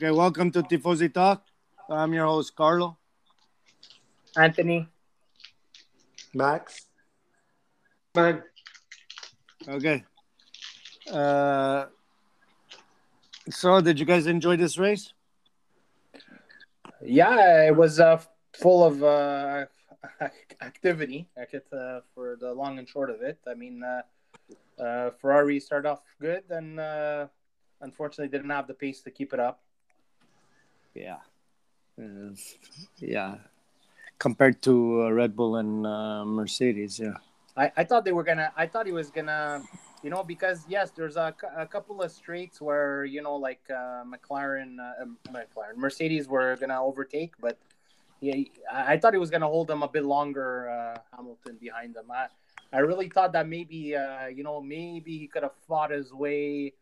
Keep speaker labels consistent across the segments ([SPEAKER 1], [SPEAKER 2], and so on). [SPEAKER 1] Okay, welcome to Tifosi Talk. I'm your host, Carlo.
[SPEAKER 2] Anthony.
[SPEAKER 3] Max.
[SPEAKER 2] Mag.
[SPEAKER 1] Okay. Uh, so, did you guys enjoy this race?
[SPEAKER 2] Yeah, it was uh, full of uh, activity. I get uh, for the long and short of it. I mean, uh, uh, Ferrari started off good, and uh, unfortunately didn't have the pace to keep it up.
[SPEAKER 1] Yeah. Uh, yeah. Compared to uh, Red Bull and uh, Mercedes, yeah.
[SPEAKER 2] I, I thought they were gonna. I thought he was gonna, you know, because yes, there's a, cou- a couple of straights where you know, like uh, McLaren, uh, um, McLaren, Mercedes were gonna overtake, but yeah, I, I thought he was gonna hold them a bit longer. Uh, Hamilton behind them. I, I really thought that maybe, uh, you know, maybe he could have fought his way,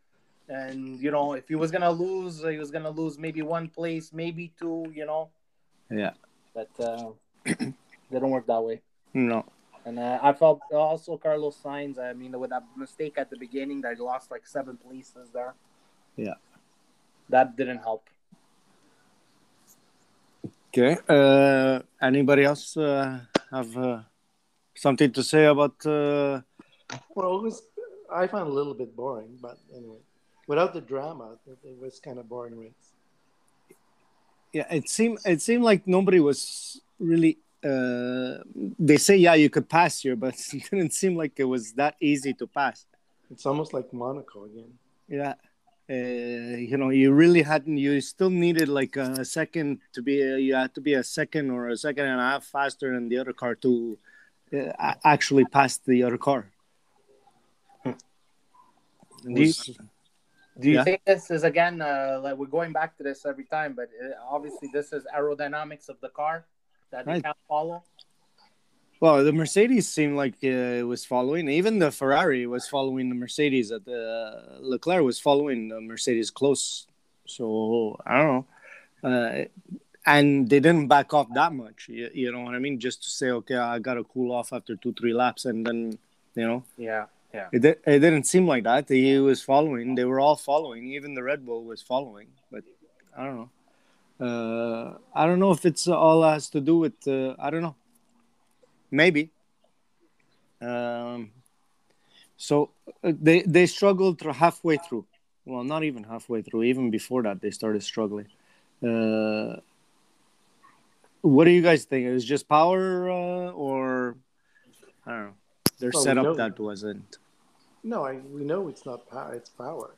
[SPEAKER 2] and you know, if he was gonna lose, he was gonna lose maybe one place, maybe two, you know.
[SPEAKER 1] Yeah.
[SPEAKER 2] But uh, they don't work that way.
[SPEAKER 1] No.
[SPEAKER 2] And uh, I felt also Carlos Sainz. I mean, with that mistake at the beginning, that he lost like seven places there.
[SPEAKER 1] Yeah.
[SPEAKER 2] that didn't help.
[SPEAKER 1] Okay. Uh, anybody else uh, have uh, something to say about? Uh...
[SPEAKER 3] Well, it was, I found it a little bit boring, but anyway, without the drama, it, it was kind of boring race.
[SPEAKER 1] Yeah, it seemed it seemed like nobody was really. Uh, they say yeah, you could pass here, but it didn't seem like it was that easy to pass.
[SPEAKER 3] It's almost like Monaco again.
[SPEAKER 1] Yeah. Uh, you know, you really hadn't. You still needed like a second to be. you had to be a second or a second and a half faster than the other car to uh, a- actually pass the other car.
[SPEAKER 2] Do you- Do you
[SPEAKER 1] Yeah.
[SPEAKER 2] think this is again uh, like we're going back to this every time? But uh obviously, this is aerodynamics of the car that they
[SPEAKER 1] Right.
[SPEAKER 2] can't follow.
[SPEAKER 1] Well, the Mercedes seemed like uh, it was following. Even the Ferrari was following the Mercedes. At the Leclerc was following the Mercedes close. So I don't know. Uh, and they didn't back off that much. You, you know what I mean? Just to say, okay, I gotta cool off after two, three laps, and then you know
[SPEAKER 2] Yeah,
[SPEAKER 1] it. Di- it didn't seem like that. He was following. They were all following. Even the Red Bull was following. But I don't know. Uh, I don't know if it's all has to do with. Uh, I don't know. Maybe. Um, so uh, they they struggled through halfway through. Well, not even halfway through. Even before that, they started struggling. Uh, what do you guys think? It was just power, uh, or I don't know. Their
[SPEAKER 3] Well, we know-
[SPEAKER 1] setup that wasn't.
[SPEAKER 3] No, I, we know it's not power, it's power.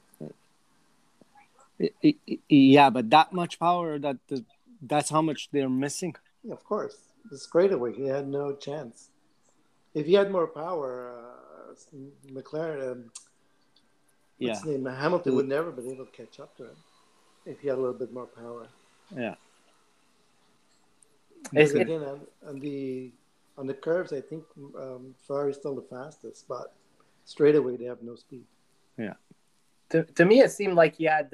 [SPEAKER 1] I- I- I- Yeah, but that much power that the, that's how much they're missing.
[SPEAKER 3] Yeah, of course. The straightaway, he had no chance. If he had more power, uh, McLaren, um,
[SPEAKER 1] Yeah,
[SPEAKER 3] what's his name, Hamilton would never been able to catch up to him if he had a little bit more power.
[SPEAKER 1] yeah,
[SPEAKER 3] Because
[SPEAKER 2] It's-
[SPEAKER 3] again, on, on the on the curves, I think um, Ferrari's still the fastest, but straightaway they have no speed.
[SPEAKER 2] to, to me it seemed like he had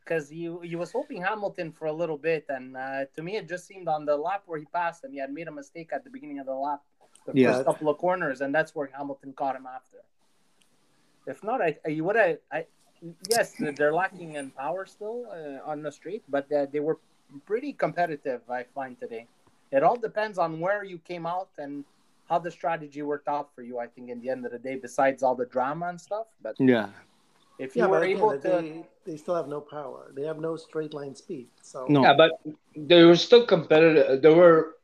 [SPEAKER 2] because you you was hoping Hamilton for a little bit, and uh, to me it just seemed on the lap where he passed him, he had made a mistake at the beginning of the lap, the
[SPEAKER 1] Yeah.
[SPEAKER 2] first couple of corners, and that's where Hamilton caught him after. If not, I you would have. I yes, they're lacking in power still uh, on the street, but uh, they were pretty competitive. I find today, it all depends on where you came out and. How the strategy worked out for you, I think, in the end of the day, besides all the drama and stuff. But
[SPEAKER 1] yeah,
[SPEAKER 2] if you
[SPEAKER 3] Yeah,
[SPEAKER 2] were
[SPEAKER 3] but again,
[SPEAKER 2] able to,
[SPEAKER 3] they, they still have no power. They have no straight line speed. So
[SPEAKER 1] No.
[SPEAKER 4] Yeah, but they were still competitive. They were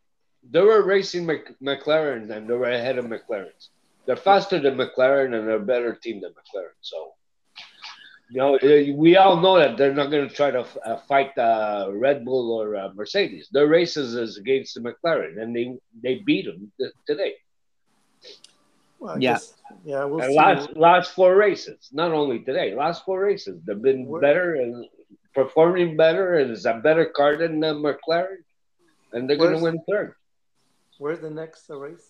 [SPEAKER 4] they were racing Mc, McLaren and they were ahead of McLaren. They're faster than McLaren and they're a better team than McLaren. So, you know, eh, we all know that they're not going to try to f- uh, fight uh, Red Bull or uh, Mercedes. Their races is against the McLaren, and they they beat them th- today.
[SPEAKER 3] well, I
[SPEAKER 1] Yeah.
[SPEAKER 3] guess- yeah, we'll
[SPEAKER 4] And
[SPEAKER 3] see.
[SPEAKER 4] last last four races, not only today, last four races, they've been
[SPEAKER 3] We're-
[SPEAKER 4] better and performing better, and it's a better car than uh, McLaren, and they're going to
[SPEAKER 3] Where's-
[SPEAKER 4] win third.
[SPEAKER 3] Where's the next uh, race?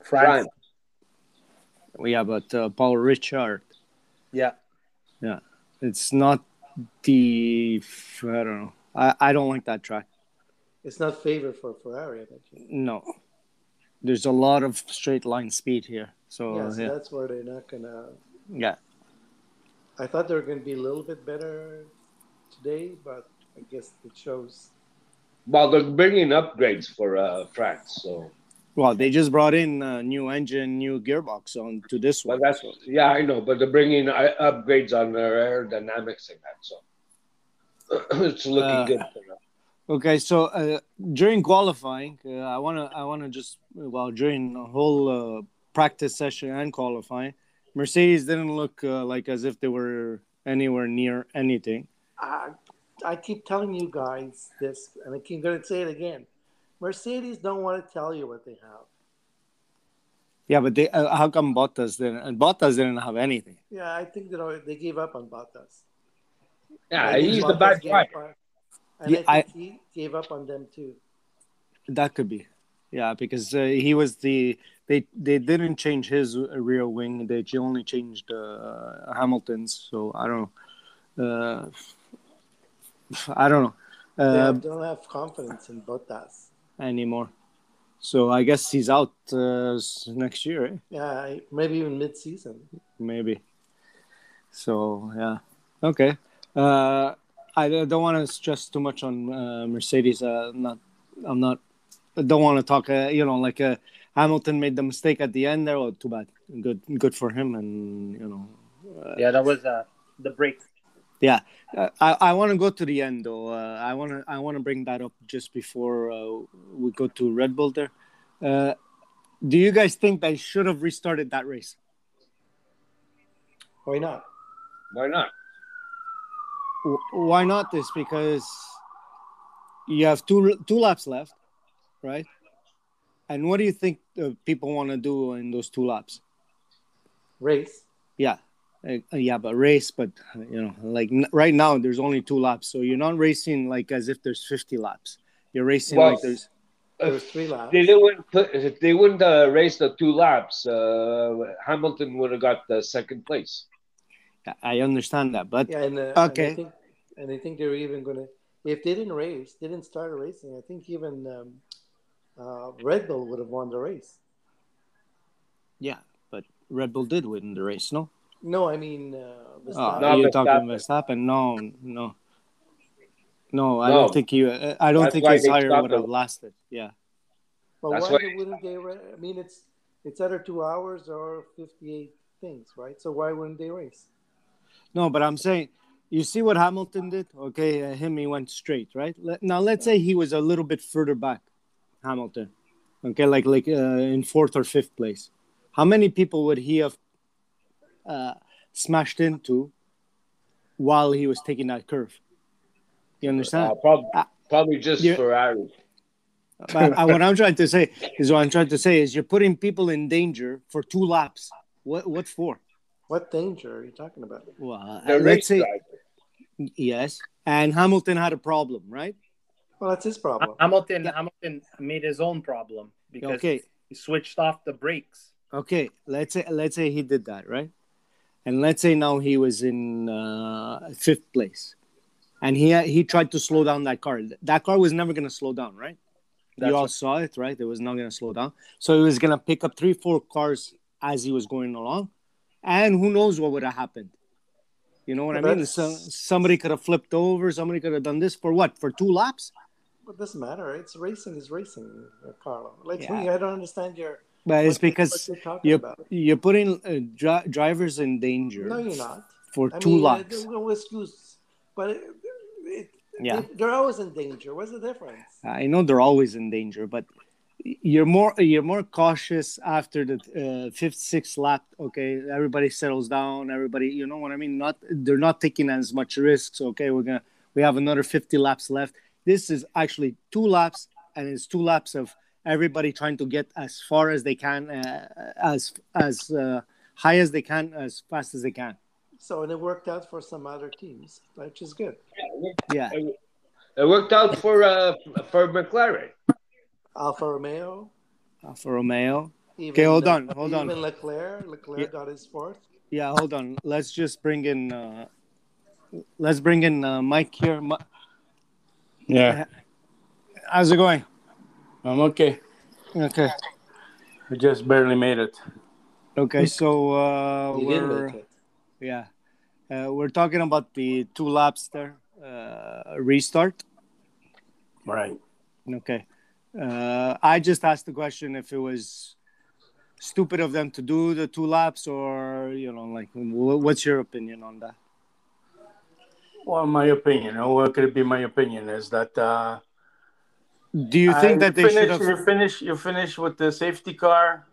[SPEAKER 2] France.
[SPEAKER 4] Right.
[SPEAKER 1] yeah. But uh, Paul Richard,
[SPEAKER 2] Yeah.
[SPEAKER 1] it's not the I don't know. I, I don't like that track.
[SPEAKER 3] It's not favored for Ferrari, I think.
[SPEAKER 1] No, there's a lot of straight line speed here. So
[SPEAKER 3] yeah,
[SPEAKER 1] yeah,
[SPEAKER 3] so that's where they're not gonna.
[SPEAKER 1] yeah.
[SPEAKER 3] I thought they were going to be a little bit better today, but I guess it shows.
[SPEAKER 4] Well, they're bringing upgrades for uh, France, so
[SPEAKER 1] Well, they just brought in a new engine, new gearbox on to this
[SPEAKER 4] well,
[SPEAKER 1] one.
[SPEAKER 4] that's yeah, I know, but they're bringing uh, upgrades on their aerodynamics and that, so it's looking
[SPEAKER 1] Uh,
[SPEAKER 4] good. For them.
[SPEAKER 1] Okay, so uh, during qualifying, uh, I wanna I wanna just well during the whole uh, practice session and qualifying, Mercedes didn't look uh, like as if they were anywhere near anything.
[SPEAKER 3] I, I keep telling you guys this, and I keep going to say it again. Mercedes don't want to tell you what they have.
[SPEAKER 1] Yeah, but they uh, how come Bottas didn't? And Bottas didn't have anything.
[SPEAKER 3] Yeah, I think that all- they gave up on Bottas.
[SPEAKER 4] Yeah,
[SPEAKER 3] I think
[SPEAKER 4] he's the
[SPEAKER 3] Bottas
[SPEAKER 4] bad
[SPEAKER 3] gave
[SPEAKER 4] guy.
[SPEAKER 3] up- And
[SPEAKER 1] Yeah,
[SPEAKER 3] I think he gave up on them too.
[SPEAKER 1] That could be, yeah, because uh, he was the they they didn't change his uh, rear wing. They ch- only changed uh, Hamilton's. So I don't know. Uh, I don't know
[SPEAKER 3] They
[SPEAKER 1] uh,
[SPEAKER 3] don't have confidence in Bottas.
[SPEAKER 1] anymore. So I guess he's out uh, s- next year, eh?
[SPEAKER 3] Yeah, I- maybe even mid-season.
[SPEAKER 1] maybe. So yeah, okay. Uh, I don't- don't want to stress too much on uh, Mercedes. Uh, I'm not, I'm not. I don't want to talk. Uh, you know, like uh, Hamilton made the mistake at the end there. Oh, too bad. Good, good for him. And you know,
[SPEAKER 2] Yeah, that was uh, the break.
[SPEAKER 1] Uh, I, I want to go to the end though. Uh, I want to I want to bring that up just before uh, we go to Red Bull there. Uh, do you guys think they should have restarted that race?
[SPEAKER 3] Why not?
[SPEAKER 4] Why not?
[SPEAKER 1] W- why not this? Because you have two two laps left, right? And what do you think uh, people want to do in those two laps?
[SPEAKER 3] Race.
[SPEAKER 1] Yeah, uh, yeah, but race, but you know, like n- right now there's only two laps, so you're not racing like as if there's 50 laps. You're racing
[SPEAKER 4] Well,
[SPEAKER 1] like there's
[SPEAKER 3] There was three laps.
[SPEAKER 4] They didn't put, if they wouldn't uh, race the two laps, uh, Hamilton would have got the second place.
[SPEAKER 1] I- I understand that, but
[SPEAKER 3] Yeah, and, uh, And
[SPEAKER 1] Okay.
[SPEAKER 3] I, think, and I think they were even going to, if they didn't race, they didn't start a racing. I think even um, uh, Red Bull would have won the race.
[SPEAKER 1] yeah, but Red Bull did win the race, no?
[SPEAKER 3] No, I mean, uh,
[SPEAKER 1] Oh,
[SPEAKER 3] Verstappen.
[SPEAKER 4] No,
[SPEAKER 1] you're
[SPEAKER 4] Verstappen.
[SPEAKER 1] talking Verstappen? No, no, no. I
[SPEAKER 4] No.
[SPEAKER 1] don't think you. uh, I don't
[SPEAKER 4] That's
[SPEAKER 1] think
[SPEAKER 4] why
[SPEAKER 1] his
[SPEAKER 4] they
[SPEAKER 1] tire
[SPEAKER 4] stopped
[SPEAKER 1] would have
[SPEAKER 4] him.
[SPEAKER 1] lasted. Yeah,
[SPEAKER 3] but
[SPEAKER 4] that's
[SPEAKER 3] why
[SPEAKER 4] why-
[SPEAKER 3] they wouldn't they? Ra- I mean, it's it's either two hours or fifty-eight things, right? So why wouldn't they race?
[SPEAKER 1] no, but I'm saying, you see what Hamilton did? Okay, uh, him he went straight, right? Let, now let's say he was a little bit further back, Hamilton. Okay, like like uh, in fourth or fifth place. How many people would he have uh, smashed into while he was taking that curve? You understand?
[SPEAKER 4] Uh, probably,
[SPEAKER 1] Uh,
[SPEAKER 4] probably just
[SPEAKER 1] you-
[SPEAKER 4] Ferrari.
[SPEAKER 1] But I, what I'm trying to say is what I'm trying to say is you're putting people in danger for two laps. What what for?
[SPEAKER 3] What danger are you talking about?
[SPEAKER 1] Well,
[SPEAKER 4] The
[SPEAKER 1] let's
[SPEAKER 4] race
[SPEAKER 1] say
[SPEAKER 4] driver.
[SPEAKER 1] yes. And Hamilton had a problem, right?
[SPEAKER 3] Well, that's his problem.
[SPEAKER 2] Hamilton
[SPEAKER 1] Yeah.
[SPEAKER 2] Hamilton made his own problem because
[SPEAKER 1] Okay,
[SPEAKER 2] he switched off the brakes.
[SPEAKER 1] okay. Let's say let's say he did that, right? And let's say now he was in uh, fifth place, and he he tried to slow down that car. That car was never going to slow down, right?
[SPEAKER 2] That's
[SPEAKER 1] you all saw it, right? It was not going to slow down. So he was going to pick up three, four cars as he was going along. And who knows what would have happened. You know what
[SPEAKER 3] Well,
[SPEAKER 1] I mean?
[SPEAKER 3] that's-
[SPEAKER 1] So, somebody could have flipped over. Somebody could have done this for what? For two laps?
[SPEAKER 3] But it doesn't matter. It's racing is racing, uh, Carlo. Like
[SPEAKER 1] Yeah.
[SPEAKER 3] me, I don't understand your.
[SPEAKER 1] But it's
[SPEAKER 3] what-
[SPEAKER 1] because
[SPEAKER 3] what you're talking
[SPEAKER 1] you're,
[SPEAKER 3] about.
[SPEAKER 1] you're putting uh, dri- drivers in danger
[SPEAKER 3] No, you're not.
[SPEAKER 1] for
[SPEAKER 3] I
[SPEAKER 1] two
[SPEAKER 3] mean, uh,
[SPEAKER 1] laps.
[SPEAKER 3] there's no excuse. But it, it,
[SPEAKER 1] Yeah.
[SPEAKER 3] it- they're always in danger. What's the difference?
[SPEAKER 1] I know they're always in danger, but you're more you're more cautious after the uh, fifth, sixth lap. Okay, everybody settles down. Everybody, you know what I mean. Not they're not taking as much risks. Okay, we're gonna we have another fifty laps left. This is actually two laps, and it's two laps of everybody trying to get as far as they can, uh, as as uh, high as they can, as fast as they can.
[SPEAKER 3] So, and it worked out for some other teams, which is good.
[SPEAKER 1] Yeah,
[SPEAKER 4] It worked out for uh, for McLaren.
[SPEAKER 3] Alfa Romeo.
[SPEAKER 1] Alfa Romeo.
[SPEAKER 3] Even,
[SPEAKER 1] Okay, hold
[SPEAKER 3] Le-
[SPEAKER 1] on, hold on.
[SPEAKER 3] Even Leclerc. Leclerc
[SPEAKER 1] Yeah.
[SPEAKER 3] got his fourth.
[SPEAKER 1] Yeah, hold on. Let's just bring in. Uh, let's bring in uh, Mike here. Mi-
[SPEAKER 5] Yeah,
[SPEAKER 1] How's it going?
[SPEAKER 5] I'm okay.
[SPEAKER 1] Okay.
[SPEAKER 5] I just barely made it.
[SPEAKER 1] Okay. So uh,
[SPEAKER 3] He didn't
[SPEAKER 1] we're
[SPEAKER 3] make it.
[SPEAKER 1] yeah, uh, we're talking about the two laps there. uh, restart?
[SPEAKER 5] Right.
[SPEAKER 1] Okay. Uh, I just asked the question if it was stupid of them to do the two laps, or you know, like, wh- what's your opinion on that?
[SPEAKER 5] Well, my opinion, or what could it be my opinion, is that uh,
[SPEAKER 1] Do you think
[SPEAKER 5] Uh,
[SPEAKER 1] that they
[SPEAKER 5] finish,
[SPEAKER 1] should have?
[SPEAKER 5] You finish. You finish with the safety car,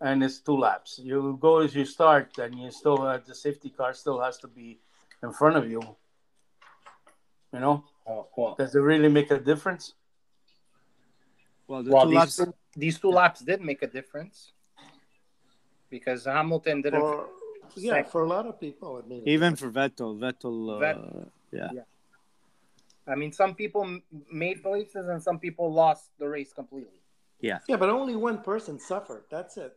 [SPEAKER 5] and it's two laps. You go as you start, and you still uh, the safety car still has to be in front of you. You know,
[SPEAKER 2] Oh, well,
[SPEAKER 5] does it really make a difference?
[SPEAKER 1] Well, the
[SPEAKER 2] well
[SPEAKER 1] two
[SPEAKER 2] these,
[SPEAKER 1] laps.
[SPEAKER 2] two, these two laps did make a difference because Hamilton didn't.
[SPEAKER 3] For, yeah, for a lot of people, I mean,
[SPEAKER 1] Even for Vettel, Vettel. Uh,
[SPEAKER 2] Vet-
[SPEAKER 1] yeah.
[SPEAKER 2] I mean, some people m- made places and some people lost the race completely.
[SPEAKER 3] yeah, but only one person suffered. That's it.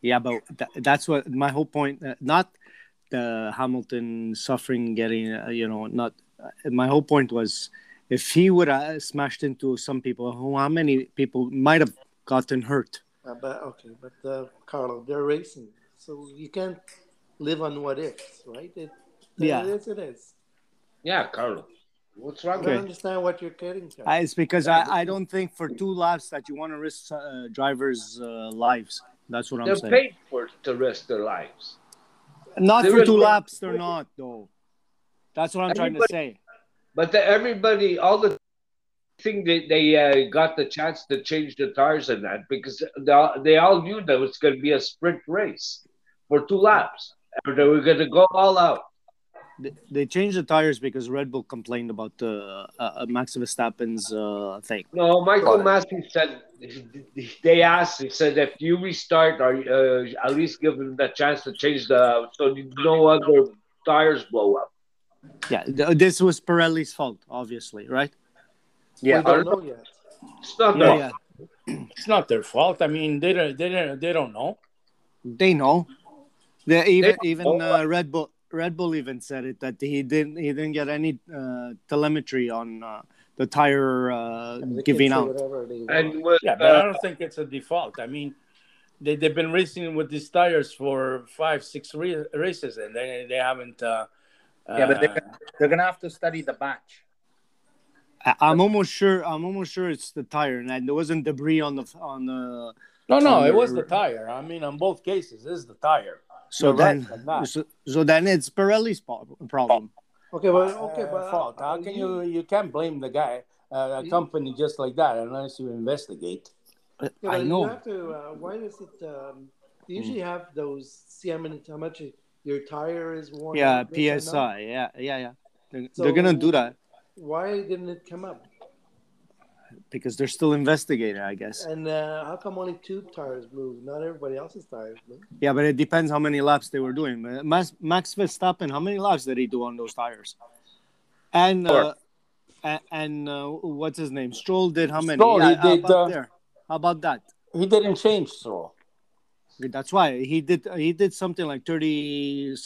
[SPEAKER 1] Yeah, but tha that's what my whole point. Uh, not the Hamilton suffering, getting uh, you know, not. Uh, my whole point was, if he would have smashed into some people, who how many people might have gotten hurt?
[SPEAKER 3] Uh, but okay, but uh, Carlo, they're racing, so you can't live on what ifs, right? It,
[SPEAKER 1] Yeah.
[SPEAKER 3] it is. It is.
[SPEAKER 4] Yeah, Carlo. What's wrong
[SPEAKER 3] I don't
[SPEAKER 1] Okay.
[SPEAKER 4] with
[SPEAKER 3] understand what you're getting. Carlo.
[SPEAKER 1] I, Uh, it's because I, I don't think for two laps that you want to risk uh, drivers' uh, lives. That's what I'm
[SPEAKER 4] They're
[SPEAKER 1] saying.
[SPEAKER 4] paid for to risk their lives.
[SPEAKER 1] Not
[SPEAKER 4] They
[SPEAKER 1] for
[SPEAKER 4] were-
[SPEAKER 1] two laps, they're not though. That's what I'm trying to say.
[SPEAKER 4] But the, everybody, all the thing that they uh, got the chance to change the tires and that because they all, they all knew that it's going to be a sprint race for two laps. And they were going to go all out.
[SPEAKER 1] They- They changed the tires because Red Bull complained about the uh, uh, Max Verstappen's uh, thing.
[SPEAKER 4] No, Michael
[SPEAKER 3] Right.
[SPEAKER 4] Massey said they asked. He said if you restart, or uh, at least give them the chance to change the so no other tires blow up.
[SPEAKER 1] Yeah, th- this was Pirelli's fault, obviously, right? uh,
[SPEAKER 3] we don't know yet.
[SPEAKER 4] It's not
[SPEAKER 5] Yeah,
[SPEAKER 4] their
[SPEAKER 1] yeah.
[SPEAKER 5] It's not their fault. I mean, they don't. They don't. They don't know.
[SPEAKER 1] They know. They even
[SPEAKER 4] They
[SPEAKER 1] even
[SPEAKER 4] know.
[SPEAKER 1] uh, Red Bull Red Bull even said it that he didn't he didn't get any uh, telemetry on uh, the tire uh,
[SPEAKER 3] They can
[SPEAKER 1] giving
[SPEAKER 3] say
[SPEAKER 1] out.
[SPEAKER 3] whatever they want.
[SPEAKER 4] And with,
[SPEAKER 5] Yeah, but I
[SPEAKER 4] uh,
[SPEAKER 5] don't think it's a default. I mean, they they've been racing with these tires for five, six re- races, and they they haven't. Uh,
[SPEAKER 2] Yeah, but they,
[SPEAKER 5] uh,
[SPEAKER 2] they're gonna have to study the batch.
[SPEAKER 1] I- I'm almost sure. I'm almost sure it's the tire, and that- there wasn't debris on the on the.
[SPEAKER 5] No, no,
[SPEAKER 1] on
[SPEAKER 5] it
[SPEAKER 1] the-
[SPEAKER 5] was the tire. I mean, on both cases, it is the tire.
[SPEAKER 1] So
[SPEAKER 5] You're right,
[SPEAKER 1] then,
[SPEAKER 5] I'm not.
[SPEAKER 1] so, so then it's Pirelli's po- problem.
[SPEAKER 3] okay, but okay,
[SPEAKER 5] Uh,
[SPEAKER 3] but
[SPEAKER 5] fault. How can you you can't blame the guy, uh, a company just like that unless you investigate.
[SPEAKER 3] Yeah,
[SPEAKER 1] I
[SPEAKER 3] but You
[SPEAKER 1] know. Hmm.
[SPEAKER 3] have to. Uh, why does it? Um, they usually have those. See how many, how much your tire is worn.
[SPEAKER 1] Yeah,
[SPEAKER 3] out, this and that.
[SPEAKER 1] PSI. Yeah, yeah, yeah. They're,
[SPEAKER 3] So-
[SPEAKER 1] they're gonna do that
[SPEAKER 3] Why didn't it come up?
[SPEAKER 1] because they're still investigating, I guess.
[SPEAKER 3] And uh, how come only tube tires blew? Not everybody else's tires blew.
[SPEAKER 1] Yeah, but it depends how many laps they were doing. Ma- Max, Max Verstappen, how many laps did he do on those tires? And uh, a- and uh, what's his name? Stroll did how many?
[SPEAKER 5] Stroll, he
[SPEAKER 1] how
[SPEAKER 5] did,
[SPEAKER 1] about
[SPEAKER 5] uh,
[SPEAKER 1] there? How about that?
[SPEAKER 5] He didn't change, so
[SPEAKER 1] That's why he did. He did something like thirty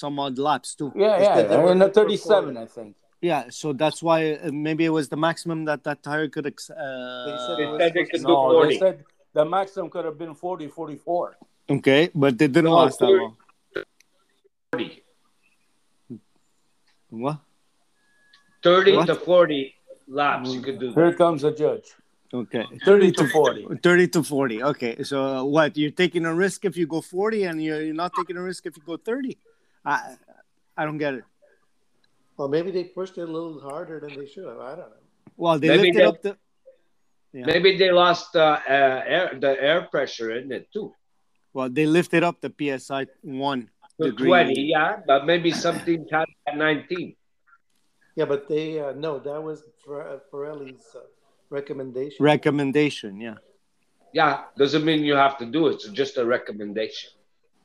[SPEAKER 1] some odd laps too.
[SPEAKER 5] yeah,
[SPEAKER 3] It's that they
[SPEAKER 5] yeah,
[SPEAKER 3] were
[SPEAKER 5] in the
[SPEAKER 3] good for
[SPEAKER 5] thirty-seven,
[SPEAKER 3] quality.
[SPEAKER 5] I think.
[SPEAKER 1] Yeah, so that's why uh, maybe it was the maximum that that tire could. Ex-
[SPEAKER 3] said it
[SPEAKER 1] uh,
[SPEAKER 3] was-
[SPEAKER 4] said they could do
[SPEAKER 5] No,
[SPEAKER 4] 40.
[SPEAKER 5] they said the maximum could have been 40, 44.
[SPEAKER 1] okay, but they didn't
[SPEAKER 4] No,
[SPEAKER 1] last that
[SPEAKER 4] thirty.
[SPEAKER 1] long.
[SPEAKER 4] 40.
[SPEAKER 1] What?
[SPEAKER 4] 30
[SPEAKER 1] What?
[SPEAKER 4] to 40 laps you could do
[SPEAKER 5] Here
[SPEAKER 4] that.
[SPEAKER 5] comes the judge.
[SPEAKER 1] Okay,
[SPEAKER 5] Thirty to forty.
[SPEAKER 1] 30 to 40. Okay, so what? You're taking a risk if you go 40, and you're, you're not taking a risk if you go 30. I I don't get it.
[SPEAKER 3] Well, maybe they pushed it a little harder than they should have. I don't know.
[SPEAKER 1] Well, they
[SPEAKER 4] Maybe
[SPEAKER 1] lifted
[SPEAKER 4] they-
[SPEAKER 1] up the. Yeah.
[SPEAKER 4] Maybe they lost uh, uh, air, the air pressure in it too.
[SPEAKER 1] Well, they lifted up the PSI one
[SPEAKER 4] To
[SPEAKER 1] degree.
[SPEAKER 4] 20, yeah, but maybe some teams had at 19.
[SPEAKER 3] Yeah, but they uh, no, that was Fre- uh, Pirelli's uh, recommendation.
[SPEAKER 1] recommendation. Yeah.
[SPEAKER 4] Yeah, doesn't mean you have to do it. It's just a recommendation.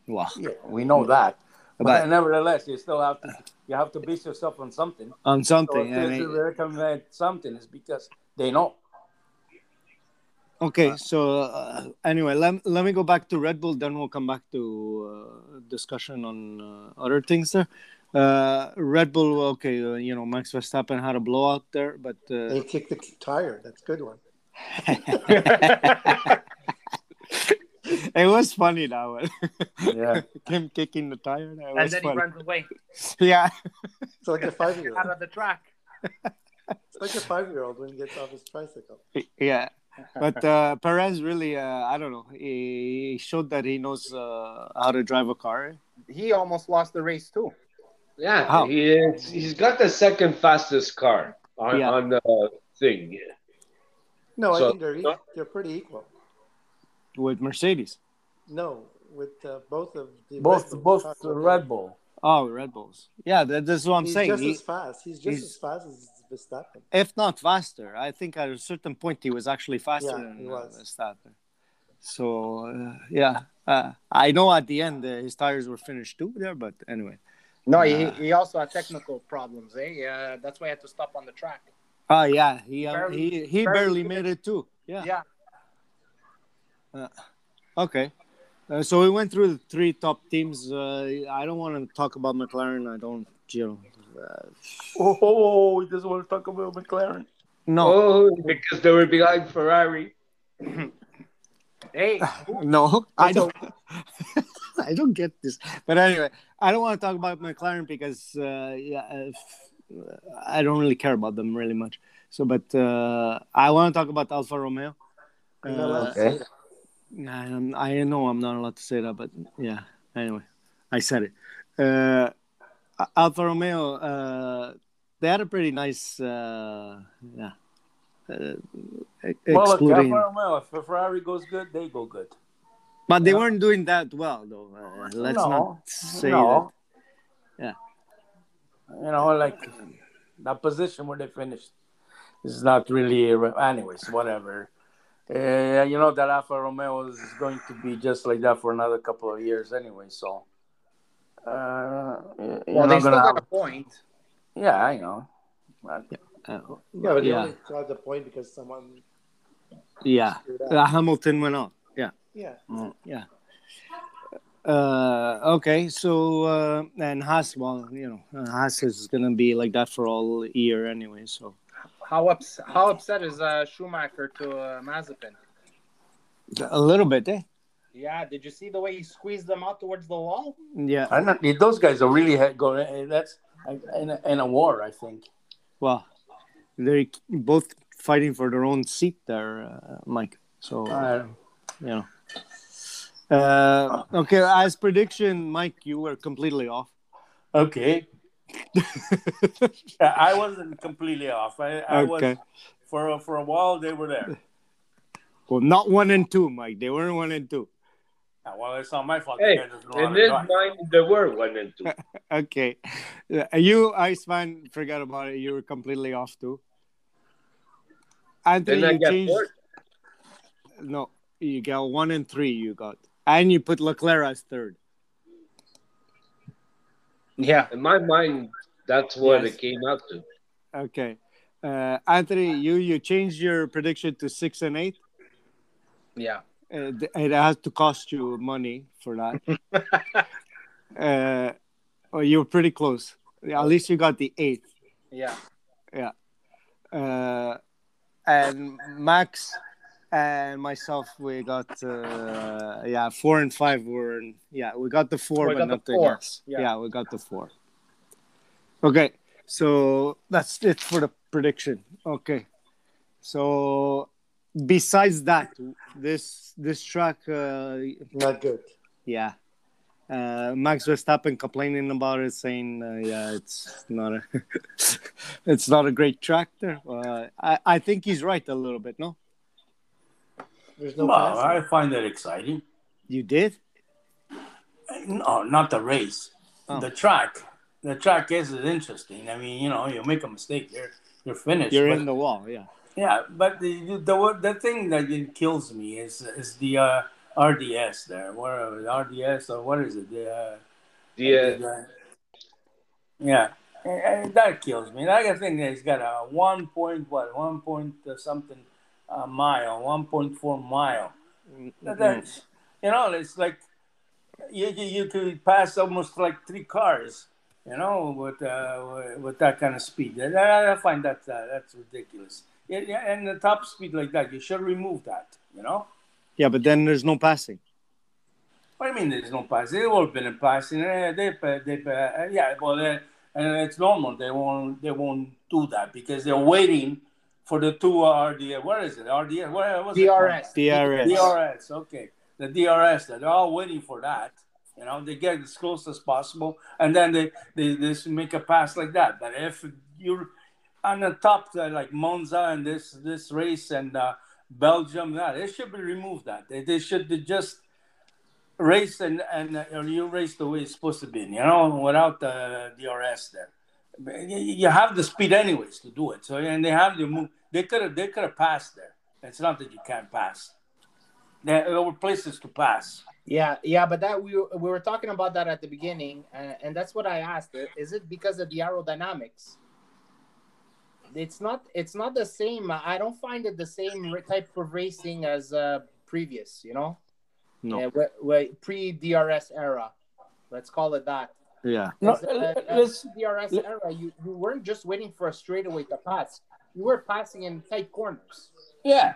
[SPEAKER 1] Wow.
[SPEAKER 5] Yeah, we know that. But,
[SPEAKER 1] But-
[SPEAKER 5] nevertheless, you still have to you have to base yourself on something.
[SPEAKER 1] On
[SPEAKER 5] So if
[SPEAKER 1] something. I
[SPEAKER 5] they
[SPEAKER 1] mean-
[SPEAKER 5] recommend something, it's because they know.
[SPEAKER 1] Okay, so uh, anyway, let, let me go back to Red Bull, then we'll come back to uh, discussion on uh, other things there. Uh, Red Bull, okay, uh, you know, Max Verstappen had a blowout there, but
[SPEAKER 3] They
[SPEAKER 1] uh,
[SPEAKER 3] kicked the tire. That's a good one.
[SPEAKER 1] it was funny that one.
[SPEAKER 5] Yeah.
[SPEAKER 1] Him kicking the tire, that
[SPEAKER 2] And
[SPEAKER 1] was
[SPEAKER 2] then he
[SPEAKER 1] funny.
[SPEAKER 2] runs away
[SPEAKER 1] Yeah,
[SPEAKER 3] It's like a five year
[SPEAKER 2] out of the track.
[SPEAKER 3] It's like a five-year-old when he gets off his tricycle.
[SPEAKER 1] yeah but uh, perez really uh, i don't know he he showed that he knows uh, how to drive a car
[SPEAKER 2] He almost lost the race too.
[SPEAKER 4] Yeah,
[SPEAKER 1] Wow.
[SPEAKER 4] he is, he's got the second fastest car on,
[SPEAKER 1] Yeah.
[SPEAKER 4] on the thing.
[SPEAKER 3] No,
[SPEAKER 4] So-
[SPEAKER 3] I think they're e- they're pretty equal.
[SPEAKER 1] with mercedes
[SPEAKER 3] No, with uh, both of the
[SPEAKER 5] Both
[SPEAKER 3] Red
[SPEAKER 5] both
[SPEAKER 3] Bulls.
[SPEAKER 5] Red Bull.
[SPEAKER 1] oh red bulls yeah that, that's what i'm
[SPEAKER 3] He's
[SPEAKER 1] saying
[SPEAKER 3] just
[SPEAKER 1] He-
[SPEAKER 3] as fast. He's just
[SPEAKER 1] he's-
[SPEAKER 3] as fast as Verstappen.
[SPEAKER 1] if not faster. I think at a certain point he was actually faster
[SPEAKER 3] Yeah, he
[SPEAKER 1] than uh,
[SPEAKER 3] was.
[SPEAKER 1] Verstappen. So uh, yeah, uh, I know at the end uh, his tires were finished too there, but anyway.
[SPEAKER 2] No,
[SPEAKER 1] Yeah.
[SPEAKER 2] he, he also had technical problems. Eh? Uh, that's why he had to stop on the track.
[SPEAKER 1] Oh yeah, he um,
[SPEAKER 2] Barely-
[SPEAKER 1] he he
[SPEAKER 2] barely
[SPEAKER 1] barely
[SPEAKER 2] finished.
[SPEAKER 1] made it too. Yeah.
[SPEAKER 2] Yeah.
[SPEAKER 1] Okay. Uh, so we went through the three top teams. Uh, I don't want to talk about McLaren. I don't, Gio. Uh,
[SPEAKER 5] Oh, oh, he doesn't want to talk about McLaren.
[SPEAKER 1] no,
[SPEAKER 4] Oh, because they were behind Ferrari.
[SPEAKER 2] Hey,
[SPEAKER 1] no, I
[SPEAKER 3] That's
[SPEAKER 1] don't. I don't get this. But anyway, I don't want to talk about McLaren because uh, yeah, if, I don't really care about them really much. So, but uh, I want to talk about Alfa Romeo.
[SPEAKER 3] You're not allowed
[SPEAKER 1] Uh,
[SPEAKER 3] to say that.
[SPEAKER 1] I, am- I know I'm not allowed to say that, but yeah. Anyway, I said it. Uh, Al- Alfa Romeo, uh, they had a pretty nice, uh, yeah. Uh, e-
[SPEAKER 5] Well, look,
[SPEAKER 1] excluding,
[SPEAKER 5] Alfa Romeo, if Ferrari goes good, they go good.
[SPEAKER 1] but they weren't doing that well, though. Uh, let's
[SPEAKER 5] No,
[SPEAKER 1] not say that.
[SPEAKER 5] no.
[SPEAKER 1] Yeah.
[SPEAKER 5] You know, like that position where they finished is not really. Anyways, whatever. Uh, you know that Alfa Romeo is going to be just like that for another couple of years anyway. So, uh, you're
[SPEAKER 2] well, they
[SPEAKER 5] not
[SPEAKER 2] still
[SPEAKER 5] gonna
[SPEAKER 2] got
[SPEAKER 5] have,
[SPEAKER 2] a point.
[SPEAKER 5] yeah, I know.
[SPEAKER 1] Uh,
[SPEAKER 3] Yeah, but he
[SPEAKER 1] yeah,
[SPEAKER 3] only got the point because someone
[SPEAKER 1] yeah.
[SPEAKER 3] screwed up.
[SPEAKER 1] Uh, Hamilton went out. Yeah,
[SPEAKER 3] Yeah,
[SPEAKER 1] yeah. Uh, okay, so uh, and Haas, well, you know, uh, Haas is gonna be like that for all year anyway. So
[SPEAKER 2] How ups- How upset is uh, Schumacher to uh, Mazepin?
[SPEAKER 1] a little bit, eh?
[SPEAKER 2] Yeah, did you see the way he squeezed them out towards the wall?
[SPEAKER 1] Yeah.
[SPEAKER 5] I don't. Those guys are really he- going. That's eh, in a, in a war, I think.
[SPEAKER 1] Well, they're both fighting for their own seat there, uh, Mike. So
[SPEAKER 5] Uh,
[SPEAKER 1] you know. Uh, okay, as prediction, Mike, you were completely off.
[SPEAKER 5] Uh, okay. Yeah, I wasn't completely off. I, I was
[SPEAKER 1] Okay.
[SPEAKER 5] for a, for a while. They were there.
[SPEAKER 1] Well, not one and two, Mike. They weren't one and two.
[SPEAKER 5] Yeah, well, it's not my fault.
[SPEAKER 4] Hey,
[SPEAKER 5] the guy
[SPEAKER 1] Oh,
[SPEAKER 5] doesn't know how
[SPEAKER 4] In
[SPEAKER 5] to
[SPEAKER 4] his
[SPEAKER 5] drive.
[SPEAKER 4] mind, they were one and two.
[SPEAKER 1] Okay. Yeah, You, Iceman, forgot about it. You were completely off too. Anthony,
[SPEAKER 4] Then I
[SPEAKER 1] you
[SPEAKER 4] got
[SPEAKER 1] changed.
[SPEAKER 4] bored.
[SPEAKER 1] No, you got one and three, you got. And you put Leclerc as third.
[SPEAKER 2] Yeah.
[SPEAKER 4] In my mind, that's what
[SPEAKER 1] Yes.
[SPEAKER 4] it came out to.
[SPEAKER 1] Okay. Uh, Anthony, you, you changed your prediction to six and eight.
[SPEAKER 2] Yeah.
[SPEAKER 1] Uh, th- it has to cost you money for that. uh, oh, you're pretty close. Yeah, At least you got the eighth.
[SPEAKER 2] Yeah.
[SPEAKER 1] uh, and Max and myself, we got uh, yeah four and five were in, yeah we got the four,
[SPEAKER 2] We
[SPEAKER 1] but
[SPEAKER 2] got the
[SPEAKER 1] nothing
[SPEAKER 2] four,
[SPEAKER 1] else.
[SPEAKER 2] yeah.
[SPEAKER 1] Yeah. we got the four. Okay, so that's it for the prediction. Okay, so besides that, this this track, uh,
[SPEAKER 3] not good.
[SPEAKER 1] yeah. Uh, Max Verstappen complaining about it, saying, uh, "Yeah, it's not a, it's not a great tractor." Uh, I I think he's right a little bit. No,
[SPEAKER 3] There's no
[SPEAKER 5] Well,
[SPEAKER 3] passing.
[SPEAKER 5] I find that exciting.
[SPEAKER 1] you did.
[SPEAKER 5] No, not the race.
[SPEAKER 1] Oh.
[SPEAKER 5] The track. The track is interesting. I mean, you know, you make a mistake, you're you're finished.
[SPEAKER 1] You're
[SPEAKER 5] but,
[SPEAKER 1] in the wall. Yeah.
[SPEAKER 5] yeah, but the, the wo- the thing that it kills me is is the uh, RDS there. Where RDS or what is it? The, uh,
[SPEAKER 4] The, uh,
[SPEAKER 5] Yeah. And- and that kills me. Like I think he's got a one point what, one point uh, something uh, mile, one point four mile. That- That's you know, it's like you, you you could pass almost like three cars, you know, with uh, with that kind of speed. And I, I find that uh, that's ridiculous. Yeah, yeah, and the top speed like that, you should remove that. You know.
[SPEAKER 1] Yeah, but then there's no passing.
[SPEAKER 5] eh? What do you mean there's no passing? They've all been in passing. Uh, they, they, uh, eh, yeah, well, uh, and it's normal. They won't they won't do that because they're waiting for the two RDS. Where is it? RDS. Where was
[SPEAKER 2] DRS.
[SPEAKER 5] it?
[SPEAKER 1] DRS.
[SPEAKER 5] DRS. Okay, the DRS. They're all waiting for that. You know, they get as close as possible, and then they they, they just make a pass like that. But if you're on the top uh, like Monza and this this race and uh, Belgium, that it should be removed. That they, they should just race and and uh, you race the way it's supposed to be. You know, without the DRS there, But you- you have the speed anyways to do it. So and they have the move. They could have they could have passed there. It's not that you can't pass. There there were places to pass.
[SPEAKER 2] Yeah, yeah, but that we we were talking about that at the beginning, uh, and that's what I asked. uh, Is it because of the aerodynamics? It's not. It's not the same. I don't find it the same r- type of racing as uh, previous. You know,
[SPEAKER 1] No.
[SPEAKER 2] uh, wh- wh- pre DRS era. Let's call it that.
[SPEAKER 1] Yeah.
[SPEAKER 5] No,
[SPEAKER 2] Because, uh,
[SPEAKER 5] l-
[SPEAKER 2] uh,
[SPEAKER 5] let's-
[SPEAKER 2] DRS
[SPEAKER 5] let-
[SPEAKER 2] era. You you weren't just waiting for a straightaway to pass. You were passing in tight corners.
[SPEAKER 5] Yeah.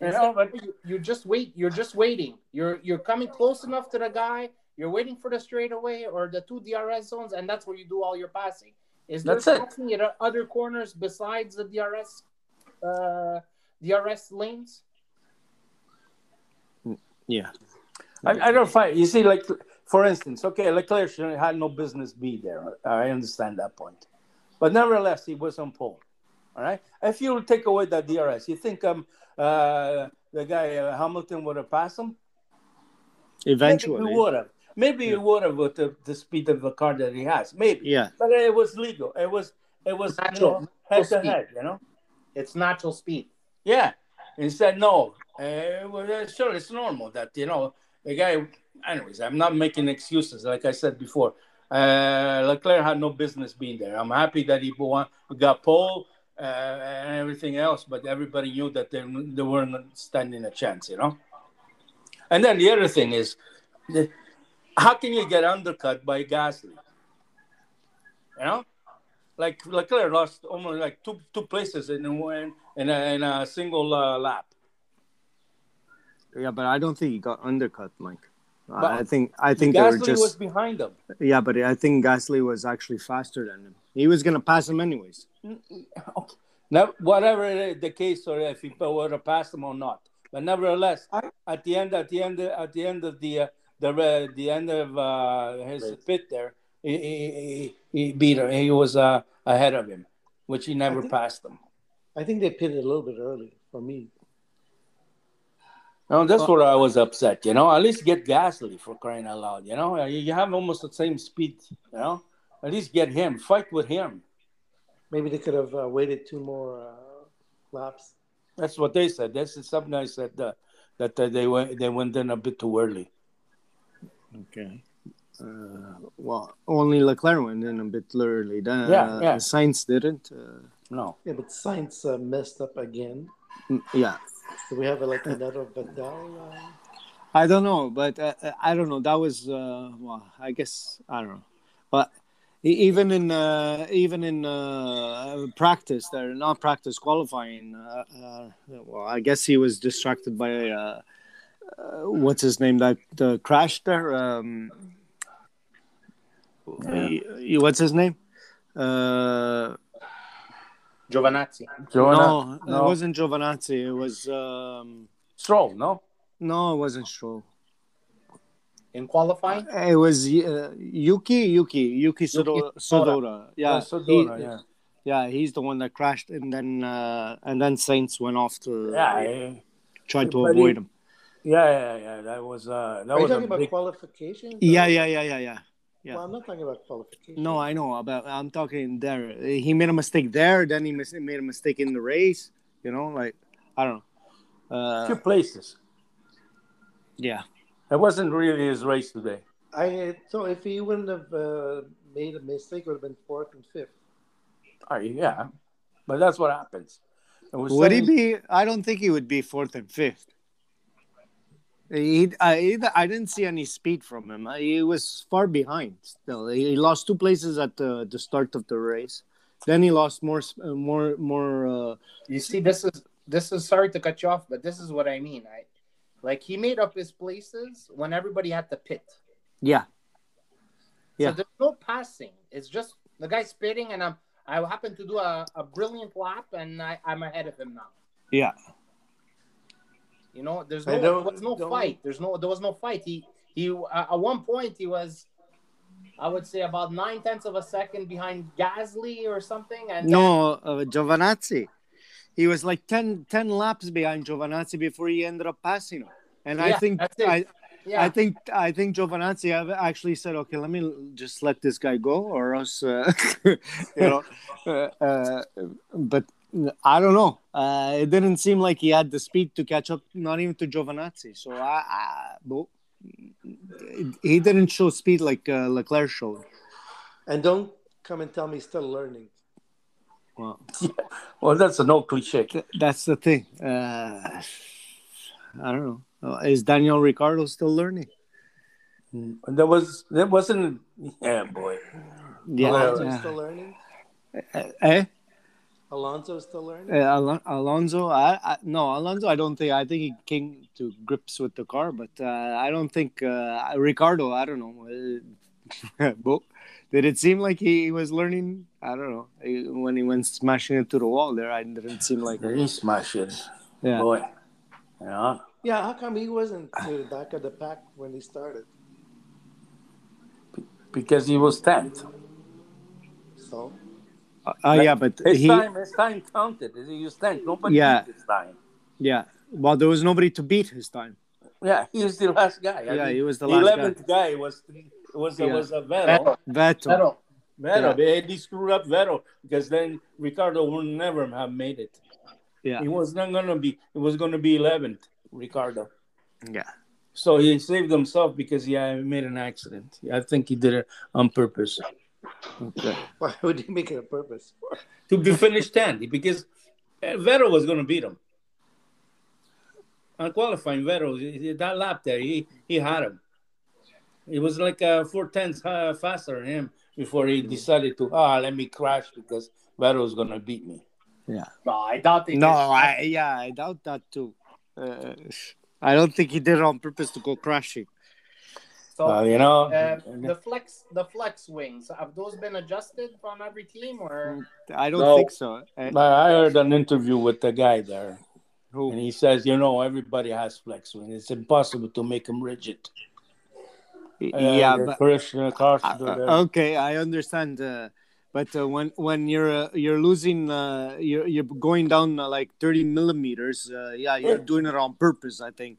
[SPEAKER 5] You
[SPEAKER 2] It's
[SPEAKER 5] know,
[SPEAKER 2] like,
[SPEAKER 5] but
[SPEAKER 2] you, you just wait. You're just waiting. You're you're coming close enough to the guy. You're waiting for the straightaway or the two DRS zones, and that's where you do all your passing. Is there
[SPEAKER 5] That's it.
[SPEAKER 2] passing at other corners besides the DRS, uh, DRS lanes?
[SPEAKER 1] Yeah.
[SPEAKER 5] I, I don't find. You see, like for instance, okay, Leclerc should- had no business be there. I understand that point, but nevertheless, he was on pole. All right. If you take away that DRS, you think um uh the guy uh, Hamilton would have passed him? Maybe
[SPEAKER 1] Eventually.
[SPEAKER 5] he would have. Maybe he
[SPEAKER 1] Yeah.
[SPEAKER 5] would have with the, the speed of the car that he has. Maybe.
[SPEAKER 1] Yeah.
[SPEAKER 5] But it was legal. It was it was you
[SPEAKER 2] Natural-
[SPEAKER 5] know, head to
[SPEAKER 2] speed.
[SPEAKER 5] head. You know.
[SPEAKER 2] It's natural speed.
[SPEAKER 5] Yeah. He said no. Uh, well, uh, sure, it's normal that you know the guy. Anyways, I'm not making excuses. Like I said before, uh, Leclerc had no business being there. I'm happy that he won, got pole uh, and everything else, but everybody knew that they they weren't standing a chance, you know. And then the other thing is, the, how can you get undercut by Gasly? You know, like Leclerc lost almost like two two places in one in a, in a single uh, lap.
[SPEAKER 1] Yeah, but I don't think he got undercut, Mike. I
[SPEAKER 5] But
[SPEAKER 1] I think I think they were
[SPEAKER 5] Gasly
[SPEAKER 1] just
[SPEAKER 5] was behind him.
[SPEAKER 1] yeah, but I think Gasly was actually faster than him. He was gonna pass him anyways.
[SPEAKER 5] Okay. Now, whatever it is, the case, or if he would have passed him or not, but nevertheless, at the end, at the end, at the end of the uh, the re- the end of uh, his pit there, he, he, he he beat him. He was uh, ahead of him, which he never
[SPEAKER 3] think-
[SPEAKER 5] passed him.
[SPEAKER 3] I think they pitted a little bit early for me.
[SPEAKER 5] No, that's where I was upset. You know, at least get Gasly for crying out loud. You know, Uh, you you have almost the same speed. You know, at least get him, fight with him.
[SPEAKER 3] Maybe they could have uh, waited two more uh, laps.
[SPEAKER 5] That's what they said. That's something I said uh, that uh, they went they went in a bit too early.
[SPEAKER 1] Okay. Uh, well, only Leclerc went in a bit early. Then,
[SPEAKER 5] Yeah, yeah.
[SPEAKER 1] Sainz didn't. Uh,
[SPEAKER 5] No,
[SPEAKER 3] Yeah, but science uh, messed up again.
[SPEAKER 1] mm, yeah,
[SPEAKER 3] Do we have uh, like another Vidal? Uh,
[SPEAKER 1] I don't know, but uh, uh, I don't know. That was uh, well, I guess I don't know, but e- even in uh, even in uh, practice, they're not practice qualifying. Uh, uh, well, I guess he was distracted by uh, uh, what's his name that uh, crashed there. Um, he- he- what's his name? Uh,
[SPEAKER 2] Giovanazzi.
[SPEAKER 1] no,
[SPEAKER 5] no.
[SPEAKER 1] it wasn't Giovanazzi. It was um,
[SPEAKER 5] Stroll. No,
[SPEAKER 1] no, it wasn't Stroll.
[SPEAKER 2] In qualifying,
[SPEAKER 1] It was uh, Yuki, Yuki, Yuki Sodora. Sodora. Yeah,
[SPEAKER 5] Oh, Sodora,
[SPEAKER 1] he-
[SPEAKER 5] yeah,
[SPEAKER 1] yeah, he's the one that crashed, and then uh, and then Saints went off to
[SPEAKER 5] yeah, yeah,
[SPEAKER 1] try to
[SPEAKER 5] But he-
[SPEAKER 1] avoid him.
[SPEAKER 5] yeah, yeah, yeah. That was uh, that
[SPEAKER 3] are you
[SPEAKER 5] was a
[SPEAKER 3] talking about
[SPEAKER 5] big-
[SPEAKER 3] qualifications?
[SPEAKER 1] Yeah,
[SPEAKER 3] Or-
[SPEAKER 1] yeah, yeah, yeah, yeah. yeah.
[SPEAKER 3] Well, I'm not talking about qualifications.
[SPEAKER 1] No, I know, but I'm talking there. He made a mistake there, then he mis- made a mistake in the race. You know, like I don't know.
[SPEAKER 5] two
[SPEAKER 1] Uh,
[SPEAKER 5] places.
[SPEAKER 1] yeah,
[SPEAKER 5] It wasn't really his race today.
[SPEAKER 3] I so if he wouldn't have uh, made a mistake, it would have been fourth and fifth.
[SPEAKER 5] Oh, yeah, but that's what happens. It was
[SPEAKER 1] would he
[SPEAKER 5] seven-
[SPEAKER 1] be? I don't think he would be fourth and fifth. He, I, I didn't see any speed from him. He was far behind. Still, he lost two places at the, the start of the race. Then he lost more, s- uh, more, more. Uh,
[SPEAKER 2] you see, this is this is sorry to cut you off, but this is what I mean. I like he made up his places when everybody had to pit.
[SPEAKER 1] yeah, Yeah.
[SPEAKER 2] So there's no passing. It's just the guy spitting, and I'm I happen to do a, a brilliant lap, and I, I'm ahead of him now.
[SPEAKER 1] Yeah.
[SPEAKER 2] You know, there's
[SPEAKER 3] I
[SPEAKER 2] no
[SPEAKER 3] don't-
[SPEAKER 2] there was no
[SPEAKER 3] don't-
[SPEAKER 2] fight. There's no there was no fight. He he uh, at one point he was, I would say about nine tenths of a second behind Gasly or something, and
[SPEAKER 1] No, uh, Giovanazzi. He was like 10, 10 laps behind Giovanazzi before he ended up passing him. And I
[SPEAKER 2] Yeah,
[SPEAKER 1] think
[SPEAKER 2] that's it.
[SPEAKER 1] I,
[SPEAKER 2] yeah,
[SPEAKER 1] I think I think Giovanazzi have actually said, okay, let me just let this guy go, or else, uh, you know. uh, uh, but I don't know. Uh, it didn't seem like he had the speed to catch up, not even to Giovanazzi. So I, I bo- he didn't show speed like uh, Leclerc showed.
[SPEAKER 3] And don't come and tell me he's still learning.
[SPEAKER 1] Wow.
[SPEAKER 5] Well, that's an old cliche.
[SPEAKER 1] That's the thing. Uh, I don't know. Uh, Is Daniel Ricardo still learning?
[SPEAKER 5] There was there wasn't. Yeah, boy.
[SPEAKER 1] Yeah.
[SPEAKER 3] Alonso's
[SPEAKER 1] yeah.
[SPEAKER 3] still learning.
[SPEAKER 1] Eh?
[SPEAKER 3] Alonso's still learning.
[SPEAKER 1] Uh, Alon- Alonso, I, I no Alonso. I don't think. I think he came to grips with the car, but uh, I don't think uh, Ricardo. I don't know. Uh, Bo- did it seem like he, he was learning? I don't know. He- When he went smashing into the wall there, I didn't seem like.
[SPEAKER 5] He smashed it,
[SPEAKER 1] Yeah.
[SPEAKER 5] boy. Yeah.
[SPEAKER 3] Yeah, how come he wasn't to the back of the pack when he started?
[SPEAKER 5] Because he was tenth.
[SPEAKER 3] So
[SPEAKER 1] Uh, yeah, but
[SPEAKER 5] His
[SPEAKER 1] he.
[SPEAKER 5] time, his time counted. He was tenth. Nobody
[SPEAKER 1] Yeah.
[SPEAKER 5] beat his time.
[SPEAKER 1] Yeah. Well, there was nobody to beat his time.
[SPEAKER 5] Yeah, he was the last guy.
[SPEAKER 1] Yeah, he was the last guy.
[SPEAKER 5] eleventh guy. was was
[SPEAKER 1] Yeah.
[SPEAKER 5] was a Vettel.
[SPEAKER 1] Vettel.
[SPEAKER 5] Vettel. Vettel. They, they screwed up Vettel because then Ricardo would never have made it.
[SPEAKER 1] Yeah.
[SPEAKER 5] It was not gonna be. It was gonna be eleventh, Ricardo.
[SPEAKER 1] Yeah.
[SPEAKER 5] So he saved himself because he had made an accident. I think he did it on purpose
[SPEAKER 1] Okay.
[SPEAKER 3] why would he make it a purpose?
[SPEAKER 5] to be finished tenth because uh, Vettel was gonna beat him. On qualifying, Vettel he- he- that lap there, he he had him. It was like uh, four tenths uh, faster than him before he decided to ah let me crash because Vettel was gonna beat me.
[SPEAKER 2] no, I doubt they
[SPEAKER 1] No,
[SPEAKER 2] did.
[SPEAKER 1] I yeah, I doubt that too. Uh, I don't think he did it on purpose to go crashing.
[SPEAKER 2] So
[SPEAKER 5] Uh, you know,
[SPEAKER 2] uh, the flex the flex wings have those been adjusted from every team or
[SPEAKER 1] I don't
[SPEAKER 5] No.
[SPEAKER 1] think so. Uh,
[SPEAKER 5] But I heard an interview with the guy there,
[SPEAKER 1] who?
[SPEAKER 5] and he says, you know, everybody has flex wing. It's impossible to make them rigid. Uh,
[SPEAKER 1] yeah,
[SPEAKER 5] the
[SPEAKER 1] but
[SPEAKER 5] Christian Carson,
[SPEAKER 1] uh, uh, okay, I understand. Uh, but uh, when when you're uh, you're losing, uh, you're you're going down uh, like thirty millimeters. Uh, yeah, you're doing it on purpose. I think.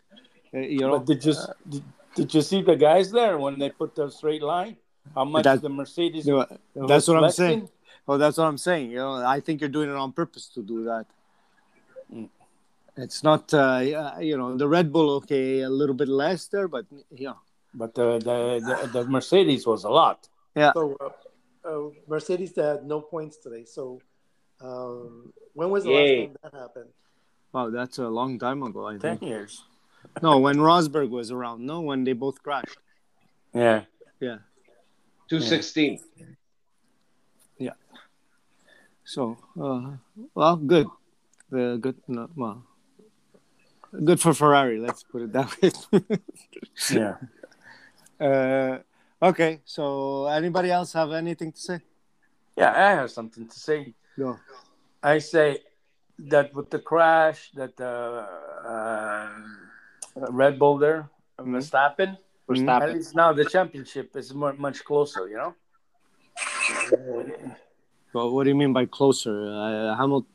[SPEAKER 1] Uh, you know,
[SPEAKER 5] But did you did, did you see the guys there when they put the straight line? How much
[SPEAKER 1] that-
[SPEAKER 5] the Mercedes?
[SPEAKER 1] you know, that's what I'm
[SPEAKER 5] was
[SPEAKER 1] saying.
[SPEAKER 5] flexing?
[SPEAKER 1] Well, that's what I'm saying. You know, I think you're doing it on purpose to do that.
[SPEAKER 5] Mm.
[SPEAKER 1] It's not, uh, yeah, you know, the Red Bull. Okay, a little bit less there, but yeah,
[SPEAKER 5] But the the, the, the Mercedes was a lot.
[SPEAKER 3] So uh, uh, Mercedes had no points today. So um, when was the
[SPEAKER 4] Yay.
[SPEAKER 3] last time that happened?
[SPEAKER 1] wow, that's a long time ago. I
[SPEAKER 5] Ten
[SPEAKER 1] think.
[SPEAKER 5] years.
[SPEAKER 1] no, when Rosberg was around. No, when they both crashed.
[SPEAKER 5] Yeah.
[SPEAKER 4] 216.
[SPEAKER 1] So, uh, well, good. The good, no, well, good for Ferrari. Let's put it that way.
[SPEAKER 5] Yeah.
[SPEAKER 1] uh, okay. So, anybody else have anything to say?
[SPEAKER 5] Yeah. I have something to say.
[SPEAKER 1] No.
[SPEAKER 5] I say that with the crash that uh, uh, Red Bull there,
[SPEAKER 1] Mhm.
[SPEAKER 5] Verstappen.
[SPEAKER 1] Mhm.
[SPEAKER 5] At least now the championship is mu much closer. You know.
[SPEAKER 1] Mm-hmm. Well, what do you mean by closer? Uh, Hamilton,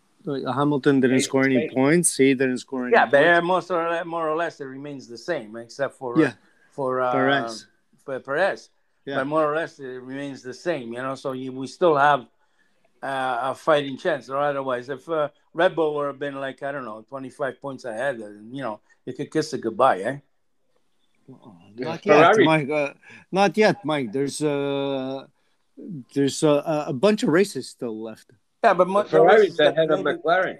[SPEAKER 1] Hamilton didn't score any points. He didn't score any.
[SPEAKER 5] Yeah, but
[SPEAKER 1] points.
[SPEAKER 5] uh, most or le- more or less it remains the same, except for
[SPEAKER 1] Yeah.
[SPEAKER 5] for uh,
[SPEAKER 1] Perez.
[SPEAKER 5] For Perez,
[SPEAKER 1] Yeah.
[SPEAKER 5] but more or less it remains the same. You know, so you, we still have uh, a fighting chance. Or otherwise, if uh, Red Bull would have been like I don't know, twenty five points ahead, then, you know, you could kiss it goodbye, eh?
[SPEAKER 1] Not yet,
[SPEAKER 4] Ferrari.
[SPEAKER 1] Mike. Uh, not yet, Mike. There's uh, there's uh, a- a bunch of races still left.
[SPEAKER 5] Yeah, but
[SPEAKER 4] The
[SPEAKER 5] mo- the
[SPEAKER 4] Ferrari's
[SPEAKER 5] races that
[SPEAKER 4] ahead of
[SPEAKER 5] made it-
[SPEAKER 4] McLaren.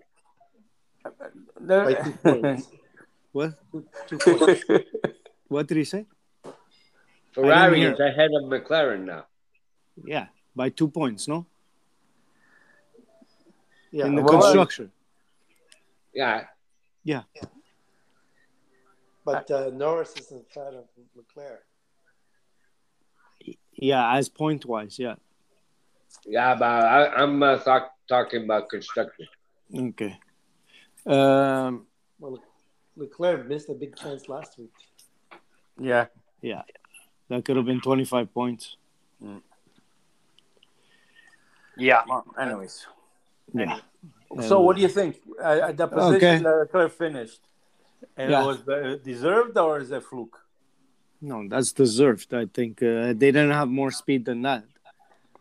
[SPEAKER 5] the-
[SPEAKER 3] By two points.
[SPEAKER 1] What?
[SPEAKER 3] two points.
[SPEAKER 1] What did he say?
[SPEAKER 4] Ferrari
[SPEAKER 1] hear.
[SPEAKER 4] is ahead of McLaren now.
[SPEAKER 1] Yeah, by two points, no?
[SPEAKER 3] Yeah.
[SPEAKER 1] In the
[SPEAKER 5] well,
[SPEAKER 1] construction.
[SPEAKER 4] Yeah,
[SPEAKER 3] But uh, Norris is in front of Leclerc.
[SPEAKER 1] Yeah, as point wise, yeah.
[SPEAKER 4] Yeah, but I, I'm uh, talk, talking about construction.
[SPEAKER 1] Okay. Um,
[SPEAKER 3] Well, Leclerc missed a big chance last week.
[SPEAKER 5] Yeah.
[SPEAKER 1] yeah, that could have been 25 points.
[SPEAKER 2] Yeah.
[SPEAKER 5] Well, anyways.
[SPEAKER 1] Yeah.
[SPEAKER 5] So what do you think? Uh, at the position
[SPEAKER 1] Okay.
[SPEAKER 5] that Leclerc finished, and
[SPEAKER 1] Yeah.
[SPEAKER 5] it was uh, deserved or is it fluke?
[SPEAKER 1] No, that's deserved. I think uh, they didn't have more speed than that.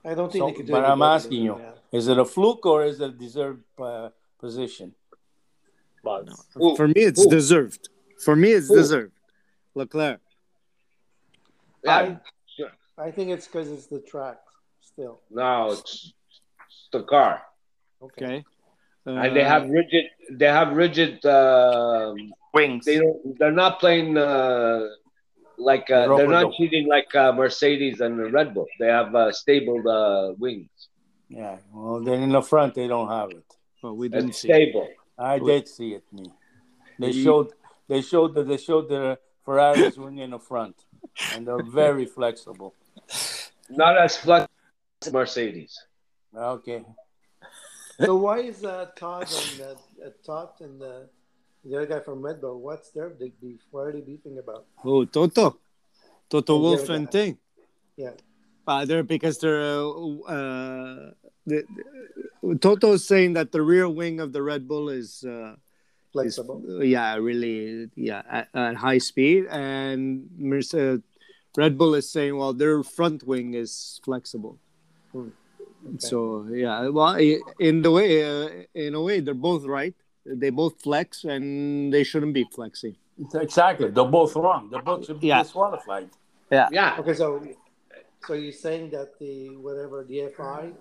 [SPEAKER 3] I don't think
[SPEAKER 5] So-
[SPEAKER 3] they could do
[SPEAKER 5] but
[SPEAKER 3] any
[SPEAKER 5] I'm
[SPEAKER 3] better
[SPEAKER 5] asking
[SPEAKER 3] than
[SPEAKER 5] you,
[SPEAKER 3] that.
[SPEAKER 5] is it a fluke or is it a deserved uh, position?
[SPEAKER 4] But
[SPEAKER 1] For me, it's
[SPEAKER 4] Who?
[SPEAKER 1] deserved. For me, it's
[SPEAKER 4] Who?
[SPEAKER 1] deserved. Leclerc.
[SPEAKER 4] yeah,
[SPEAKER 3] I think it's because it's the track still.
[SPEAKER 4] no, it's, it's the car.
[SPEAKER 1] Okay. Uh,
[SPEAKER 4] and they have rigid. They have rigid. Um,
[SPEAKER 2] Wings.
[SPEAKER 4] they don't. They're not playing uh, like. Uh,
[SPEAKER 5] Rubber
[SPEAKER 4] they're not
[SPEAKER 5] dome.
[SPEAKER 4] cheating like uh, Mercedes and the Red Bull. They have uh, stable uh, wings.
[SPEAKER 5] Yeah. Well, then in the front they don't have it.
[SPEAKER 1] Well, we didn't
[SPEAKER 4] It's
[SPEAKER 1] see. it.
[SPEAKER 4] stable.
[SPEAKER 5] I did see it. Me. They
[SPEAKER 1] You-
[SPEAKER 5] showed. They showed that they showed the Ferraris wing in the front, and they're very flexible.
[SPEAKER 4] Not as flexible as Mercedes.
[SPEAKER 5] Okay.
[SPEAKER 3] So why is uh, Todd and uh, uh, Todd and uh, the other guy from Red Bull? What's their big beef? What are they beefing about?
[SPEAKER 1] Oh, Toto, Toto
[SPEAKER 3] Oh, yeah,
[SPEAKER 1] Wolf
[SPEAKER 3] yeah.
[SPEAKER 1] and Thing.
[SPEAKER 3] Yeah,
[SPEAKER 1] Uh, they're because they're uh, uh, the, Toto's saying that the rear wing of the Red Bull is. Uh, is- uh,
[SPEAKER 3] flexible.
[SPEAKER 1] yeah, really, yeah, at, at high speed. And Merce- uh, Red Bull is saying, well, their front wing is flexible.
[SPEAKER 3] Hmm.
[SPEAKER 1] So yeah, well, i- in the way, uh, in a way, they're both right. They both flex, and they shouldn't be flexing.
[SPEAKER 5] Exactly. They're both wrong. They both should be
[SPEAKER 1] Yeah.
[SPEAKER 5] disqualified.
[SPEAKER 4] Yeah.
[SPEAKER 3] Okay, so so you're saying that the whatever the FI,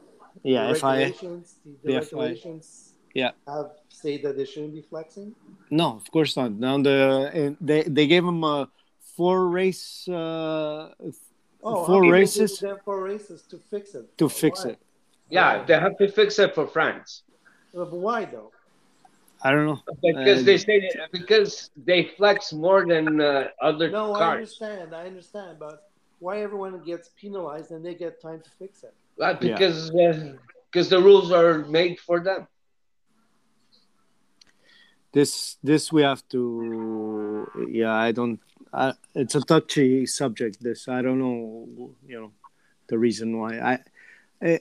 [SPEAKER 1] Yeah,
[SPEAKER 3] the
[SPEAKER 1] if I
[SPEAKER 3] regulations, the, the
[SPEAKER 1] the FI.
[SPEAKER 3] regulations,
[SPEAKER 1] Yeah.
[SPEAKER 3] have say that they shouldn't be flexing.
[SPEAKER 1] no, of course not. Now the and they they gave him a four race uh,
[SPEAKER 3] Oh,
[SPEAKER 1] Four
[SPEAKER 3] how can they
[SPEAKER 1] races?
[SPEAKER 3] give them Four races to fix it.
[SPEAKER 1] to fix
[SPEAKER 3] Why?
[SPEAKER 1] it.
[SPEAKER 4] Yeah, they have to fix it for France
[SPEAKER 3] But why though?
[SPEAKER 1] I don't know.
[SPEAKER 4] because
[SPEAKER 1] And-
[SPEAKER 4] they say that- because they flex more than uh, other
[SPEAKER 3] No, I
[SPEAKER 4] cars.
[SPEAKER 3] understand. I understand, but why everyone gets penalized and they get time to fix it?
[SPEAKER 4] Well, because because the rules are made for them.
[SPEAKER 1] this this we have to yeah i don't I, it's a touchy subject this i don't know you know the reason why i it-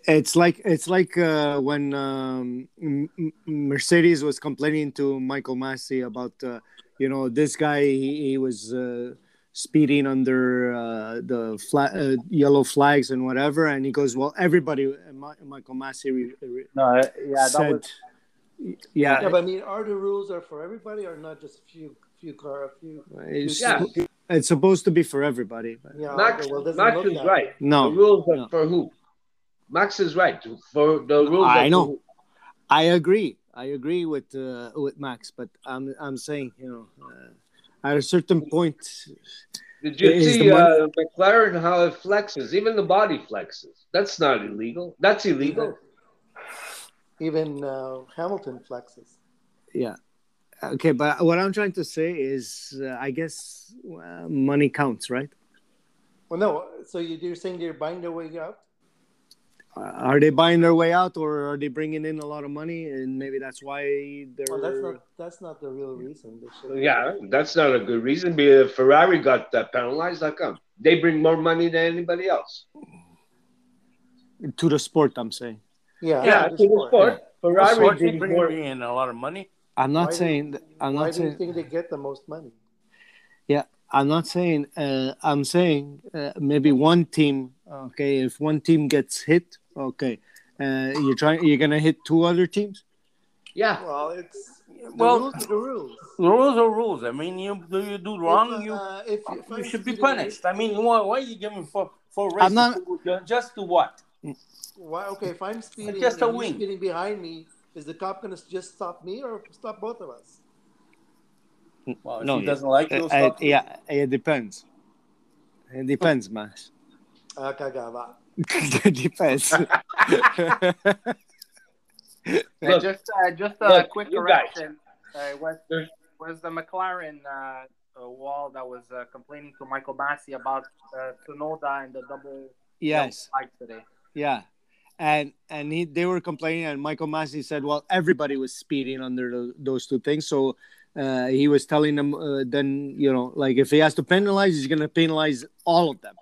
[SPEAKER 1] it's like it's like uh, when um, M- M- mercedes was complaining to michael massey about uh, you know this guy he, he was uh, speeding under uh, the fla- uh, yellow flags and whatever and he goes well everybody Mi- michael massey re- re-
[SPEAKER 5] No. Yeah.
[SPEAKER 1] said yeah,
[SPEAKER 3] Yeah, but I mean, are the rules are for everybody or not just a few few car a few?
[SPEAKER 1] It's,
[SPEAKER 4] Yeah.
[SPEAKER 1] it's supposed to be for everybody. but-
[SPEAKER 3] Yeah,
[SPEAKER 4] Max,
[SPEAKER 3] okay, well, it doesn't
[SPEAKER 4] Max
[SPEAKER 3] look
[SPEAKER 4] is
[SPEAKER 3] that way.
[SPEAKER 4] right.
[SPEAKER 1] No,
[SPEAKER 4] the rules are
[SPEAKER 1] no.
[SPEAKER 4] for who? Max is right. For the rules.
[SPEAKER 1] I
[SPEAKER 4] are
[SPEAKER 1] know.
[SPEAKER 4] For who?
[SPEAKER 1] I agree. I agree with uh, with Max, but I'm I'm saying you know, uh, at a certain point,
[SPEAKER 4] Did you
[SPEAKER 1] Is
[SPEAKER 4] see
[SPEAKER 1] the money-
[SPEAKER 4] uh, McLaren how it flexes? Even the body flexes. That's not illegal. That's illegal.
[SPEAKER 3] Even uh, Hamilton flexes.
[SPEAKER 1] yeah. Okay, but what I'm trying to say is, uh, I guess uh, money counts, right?
[SPEAKER 3] Well, no, so you- you're saying they're buying their way up?
[SPEAKER 1] Uh, are they buying their way out, or are they bringing in a lot of money, and maybe that's why they're?
[SPEAKER 3] Well, that's not that's not the real reason. They should.
[SPEAKER 4] Yeah, that's not a good reason. Be- Ferrari got uh, penalized. How come? They bring more money than anybody else.
[SPEAKER 1] to the sport. I'm saying.
[SPEAKER 3] Yeah,
[SPEAKER 4] Yeah, to
[SPEAKER 3] this
[SPEAKER 4] the
[SPEAKER 3] sport.
[SPEAKER 4] sport. Ferrari
[SPEAKER 5] Ferrari
[SPEAKER 4] brings
[SPEAKER 5] bringing
[SPEAKER 4] more.
[SPEAKER 5] in a lot of money.
[SPEAKER 1] I'm not
[SPEAKER 3] Why do-
[SPEAKER 1] saying. th- I'm
[SPEAKER 3] Why
[SPEAKER 1] not
[SPEAKER 3] do you
[SPEAKER 1] saying.
[SPEAKER 3] think they get the most money?
[SPEAKER 1] Yeah, I'm not saying. Uh, I'm saying uh, maybe one team. Okay, if one team gets hit, okay, uh, you're trying. You're gonna hit two other teams.
[SPEAKER 4] Yeah,
[SPEAKER 3] Well, it's the
[SPEAKER 5] Well-
[SPEAKER 3] rules are the rules.
[SPEAKER 5] The rules are rules. I mean, you do you do wrong,
[SPEAKER 3] If,
[SPEAKER 5] you
[SPEAKER 3] uh, if, if
[SPEAKER 5] you
[SPEAKER 3] I'm
[SPEAKER 5] should be
[SPEAKER 3] speeding away-
[SPEAKER 5] punished. I mean, why, why are you giving for for races?
[SPEAKER 1] not-
[SPEAKER 5] to- just to what?
[SPEAKER 3] Why? Okay, if I'm speeding,
[SPEAKER 5] Just a
[SPEAKER 3] and you're
[SPEAKER 5] wing.
[SPEAKER 3] speeding behind me, is the cop gonna just stop me or stop both of us?
[SPEAKER 5] Well, if
[SPEAKER 1] No,
[SPEAKER 5] he doesn't like you,
[SPEAKER 1] Uh,
[SPEAKER 5] stop
[SPEAKER 1] uh, yeah, it depends. It depends, Max.
[SPEAKER 3] Ah, cagava.
[SPEAKER 1] it depends.
[SPEAKER 2] Uh,
[SPEAKER 4] Look,
[SPEAKER 2] just uh, just a
[SPEAKER 4] look,
[SPEAKER 2] quick
[SPEAKER 4] you guys.
[SPEAKER 2] correction. Uh, was
[SPEAKER 4] There's-
[SPEAKER 2] was the McLaren uh, uh, wall that was uh, complaining to Michael Massey about uh, Tsunoda and the double
[SPEAKER 1] yes,
[SPEAKER 2] Like today.
[SPEAKER 1] yeah, and and he, they were complaining, and Michael Massey said, "Well, everybody was speeding under tho- those two things." So uh, he was telling them, uh, "Then you know, like if he has to penalize, he's going to penalize all of them,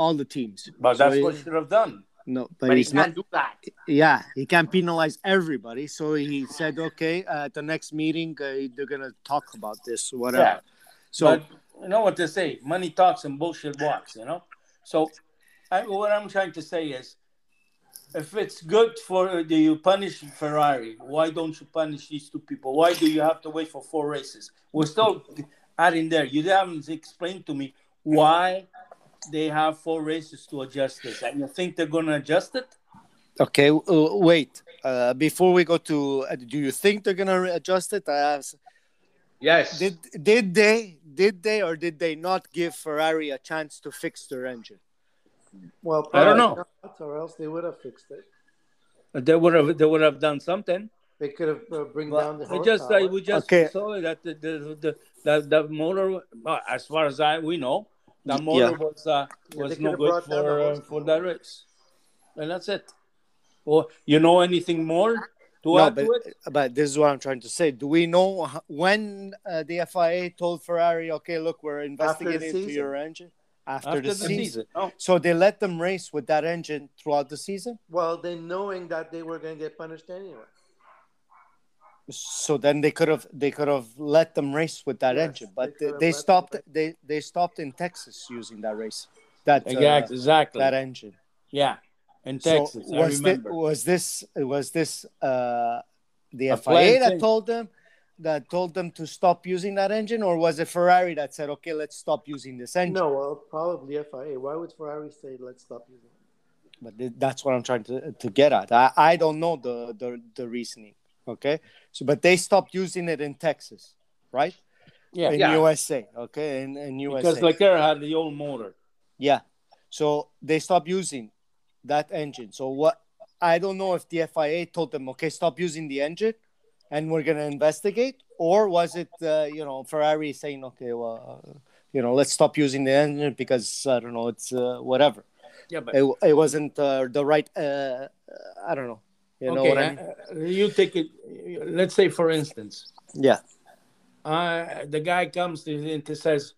[SPEAKER 1] all the teams."
[SPEAKER 5] But
[SPEAKER 1] So
[SPEAKER 5] that's
[SPEAKER 1] he-
[SPEAKER 5] what he should have done.
[SPEAKER 1] no, but,
[SPEAKER 2] But he
[SPEAKER 1] he's not.
[SPEAKER 2] can't do that.
[SPEAKER 1] Yeah, he can't penalize everybody. So he said, "Okay, uh, at the next meeting, uh, they're going to talk about this, whatever."
[SPEAKER 5] Yeah.
[SPEAKER 1] So
[SPEAKER 5] but you know what they say: money talks and bullshit walks. You know. So, I, what I'm trying to say is, if it's good for do you punish Ferrari? Why don't you punish these two people? Why do you have to wait for four races? We're still adding there. You haven't explained to me why they have four races to adjust this, and you think they're going to adjust it?
[SPEAKER 1] Okay, w- uh, wait. Uh, before we go to, uh, do you think they're gonna re- adjust it? I asked,
[SPEAKER 4] Yes.
[SPEAKER 1] did did they did they or did they not give Ferrari a chance to fix their engine?
[SPEAKER 3] Well,
[SPEAKER 5] I don't
[SPEAKER 3] probably not, or else they would have fixed it.
[SPEAKER 5] They would have. They would have done something.
[SPEAKER 3] They could have uh, bring down the
[SPEAKER 5] Well, I just
[SPEAKER 3] horsepower.
[SPEAKER 5] I, we just
[SPEAKER 1] Okay.
[SPEAKER 5] saw that the the, the the the motor, well, as far as I we know, the motor was uh,
[SPEAKER 3] Yeah, they
[SPEAKER 5] was
[SPEAKER 3] could
[SPEAKER 5] no
[SPEAKER 3] have
[SPEAKER 5] good
[SPEAKER 3] brought down
[SPEAKER 5] for
[SPEAKER 3] the
[SPEAKER 5] uh,
[SPEAKER 3] horsepower.
[SPEAKER 5] for that race, and that's it. Or you know anything more to
[SPEAKER 1] No,
[SPEAKER 5] add
[SPEAKER 1] but
[SPEAKER 5] to it?
[SPEAKER 1] but this is what I'm trying to say. Do we know h- when uh, the FIA told Ferrari, okay, look, we're investigating into
[SPEAKER 3] season.
[SPEAKER 1] your engine after,
[SPEAKER 5] After
[SPEAKER 1] the, season.
[SPEAKER 5] no.
[SPEAKER 1] So they let them race with that engine throughout the season.
[SPEAKER 3] Well, they knowing that they were going to get punished anyway.
[SPEAKER 1] so then they could have they could have let them race with that
[SPEAKER 3] Yes,
[SPEAKER 1] engine but
[SPEAKER 3] they
[SPEAKER 1] they,
[SPEAKER 3] could have
[SPEAKER 1] they
[SPEAKER 3] let them
[SPEAKER 1] stopped
[SPEAKER 3] race.
[SPEAKER 1] they they stopped in texas using that race that uh,
[SPEAKER 5] exactly, exactly.
[SPEAKER 1] that engine
[SPEAKER 5] yeah, in Texas,
[SPEAKER 1] so
[SPEAKER 5] I
[SPEAKER 1] was this,
[SPEAKER 5] remember.
[SPEAKER 1] was this was this uh the
[SPEAKER 5] A
[SPEAKER 1] fia
[SPEAKER 5] planned
[SPEAKER 1] that
[SPEAKER 5] thing.
[SPEAKER 1] told them that told them to stop using that engine or was it ferrari that said okay let's stop using this engine
[SPEAKER 3] No, well, probably FIA. Why would Ferrari say let's stop using it?
[SPEAKER 1] but th- that's what i'm trying to, to get at I, I don't know the, the the reasoning okay so but they stopped using it in texas right
[SPEAKER 5] yeah,
[SPEAKER 1] in
[SPEAKER 4] Yeah.
[SPEAKER 1] USA. Okay, in, in USA.
[SPEAKER 5] because Leclerc had the old motor.
[SPEAKER 1] yeah, so they stopped using that engine. So what? I don't know if the FIA told them, okay, stop using the engine, and we're gonna investigate, or was it uh, you know Ferrari saying, okay, well, uh, you know, let's stop using the engine because I don't know, it's uh, whatever.
[SPEAKER 5] Yeah, but
[SPEAKER 1] It, it wasn't uh, the right. Uh, uh, I don't know. You know what I mean?
[SPEAKER 5] uh, you take it. uh, Let's say, for instance,
[SPEAKER 1] Yeah.
[SPEAKER 5] uh, the guy comes to and says,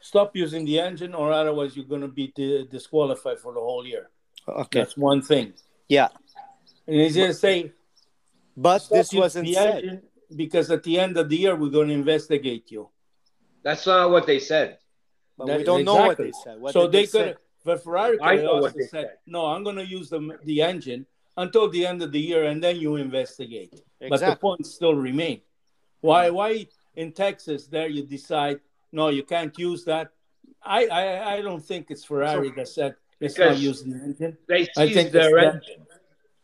[SPEAKER 5] "Stop using the engine, or otherwise you're going to be di- disqualified for the whole year."
[SPEAKER 1] Okay.
[SPEAKER 5] That's one thing.
[SPEAKER 1] Yeah.
[SPEAKER 5] And he's going to say,
[SPEAKER 1] But
[SPEAKER 5] "Stop
[SPEAKER 1] this
[SPEAKER 5] using
[SPEAKER 1] wasn't
[SPEAKER 5] the
[SPEAKER 1] said.
[SPEAKER 5] engine because at the end of the year we're going to investigate you."
[SPEAKER 4] That's not what they said.
[SPEAKER 1] But
[SPEAKER 5] That-
[SPEAKER 1] we don't know what
[SPEAKER 5] exactly.
[SPEAKER 1] they said. What
[SPEAKER 5] so
[SPEAKER 1] did
[SPEAKER 5] they
[SPEAKER 1] say?
[SPEAKER 5] could, but Ferrari
[SPEAKER 4] I
[SPEAKER 5] could have
[SPEAKER 4] know what
[SPEAKER 5] also
[SPEAKER 4] they
[SPEAKER 5] said,
[SPEAKER 4] said.
[SPEAKER 5] "No, I'm going to use the the engine until the end of the year, and then you investigate." But the
[SPEAKER 1] Exactly.
[SPEAKER 5] points still remain. Why? Why in Texas there you decide no, you can't use that? I I, I don't think it's Ferrari that said it's not
[SPEAKER 4] Because-
[SPEAKER 5] using the engine.
[SPEAKER 4] They
[SPEAKER 5] I
[SPEAKER 4] seized
[SPEAKER 5] think
[SPEAKER 4] their
[SPEAKER 5] it's them.
[SPEAKER 4] engine.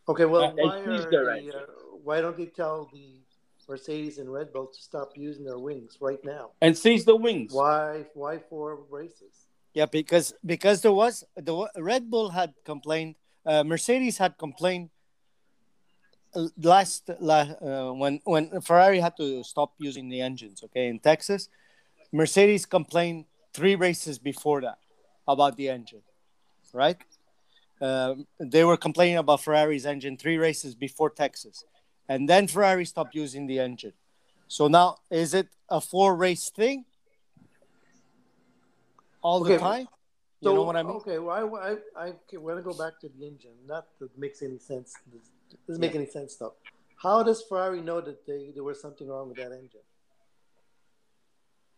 [SPEAKER 3] Okay, well,
[SPEAKER 5] Uh,
[SPEAKER 4] they
[SPEAKER 3] why,
[SPEAKER 4] used
[SPEAKER 3] are
[SPEAKER 4] their
[SPEAKER 3] the,
[SPEAKER 4] engine.
[SPEAKER 3] uh, why don't they tell the Mercedes and Red Bull to stop using their wings right now?
[SPEAKER 5] and seize the wings.
[SPEAKER 3] Why? Why four races?
[SPEAKER 1] Yeah, because because there was the wa- Red Bull had complained, uh, Mercedes had complained uh, last la, uh, when when Ferrari had to stop using the engines. Okay, in Texas, Mercedes complained three races before that about the engine, right? Um, they were complaining about Ferrari's engine three races before Texas, and then Ferrari stopped using the engine. So now, is it a four race thing all the
[SPEAKER 3] Okay,
[SPEAKER 1] time? You know what I mean?
[SPEAKER 3] Okay, well, I, I, I want to go back to the engine. Not that makes any sense. This doesn't make any sense, though. How does Ferrari know that they, there was something wrong with that engine?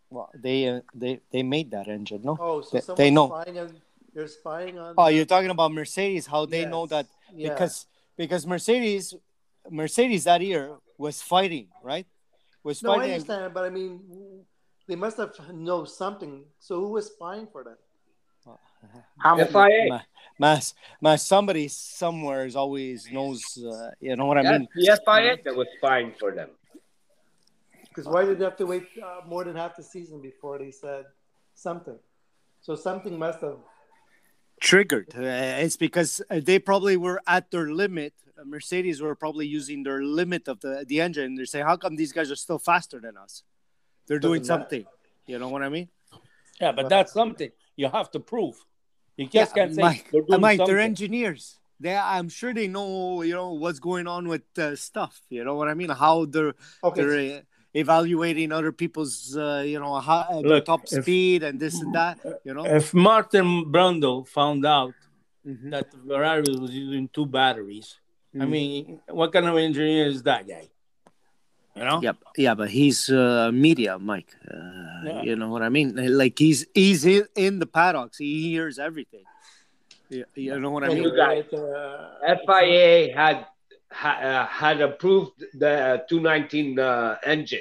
[SPEAKER 1] Well, they uh, they they made that engine, no?
[SPEAKER 3] Oh, so
[SPEAKER 1] They-
[SPEAKER 3] someone's
[SPEAKER 1] they know.
[SPEAKER 3] Spying on, they're spying on.
[SPEAKER 1] Oh, you're talking about Mercedes? How they know
[SPEAKER 3] Yes,
[SPEAKER 1] that
[SPEAKER 3] yeah.
[SPEAKER 1] because because Mercedes Mercedes that year was fighting, right? Was
[SPEAKER 3] no, I
[SPEAKER 1] fighting.
[SPEAKER 3] understand, but I mean, they must have know something. So who was spying for that?
[SPEAKER 4] FIA.
[SPEAKER 1] My, my, my somebody somewhere is always knows. Uh, you know what I
[SPEAKER 4] That's
[SPEAKER 1] mean?
[SPEAKER 4] the FIA that was fine for them.
[SPEAKER 3] Because why did they have to wait uh, more than half the season before they said something? So something must have.
[SPEAKER 1] Triggered. Uh, it's because uh, they probably were at their limit. Uh, Mercedes were probably using their limit of the the engine. They're saying, "How come these guys are still faster than us? They're doing
[SPEAKER 3] Doesn't matter.
[SPEAKER 1] something." You know what I mean?
[SPEAKER 5] Yeah, but that's something you have to prove.
[SPEAKER 6] You just can't say
[SPEAKER 1] Mike,
[SPEAKER 6] they're doing
[SPEAKER 1] Mike
[SPEAKER 6] something.
[SPEAKER 1] they're engineers. They, I'm sure they know, you know, what's going on with uh, stuff. You know what I mean? How they're
[SPEAKER 3] Okay.
[SPEAKER 1] they're uh, evaluating other people's, uh, you know, how, uh, their
[SPEAKER 5] Look,
[SPEAKER 1] top
[SPEAKER 5] if-
[SPEAKER 1] speed and this and that.
[SPEAKER 6] Uh,
[SPEAKER 1] You know,
[SPEAKER 5] If Martin Brundle found out
[SPEAKER 1] Mhm.
[SPEAKER 5] that Ferrari was using two batteries, I
[SPEAKER 1] Mhm.
[SPEAKER 5] mean, what kind of engineer is that guy? You know?
[SPEAKER 1] Yep. Yeah, but he's uh, media, Mike. Uh,
[SPEAKER 5] Yeah.
[SPEAKER 1] You know what I mean? Like he's he's in- in the paddocks. He hears everything. You, you know what I
[SPEAKER 4] Yeah,
[SPEAKER 1] mean?
[SPEAKER 4] you guys.
[SPEAKER 3] uh,
[SPEAKER 4] FIA had ha, uh, had approved the 219 uh, engine,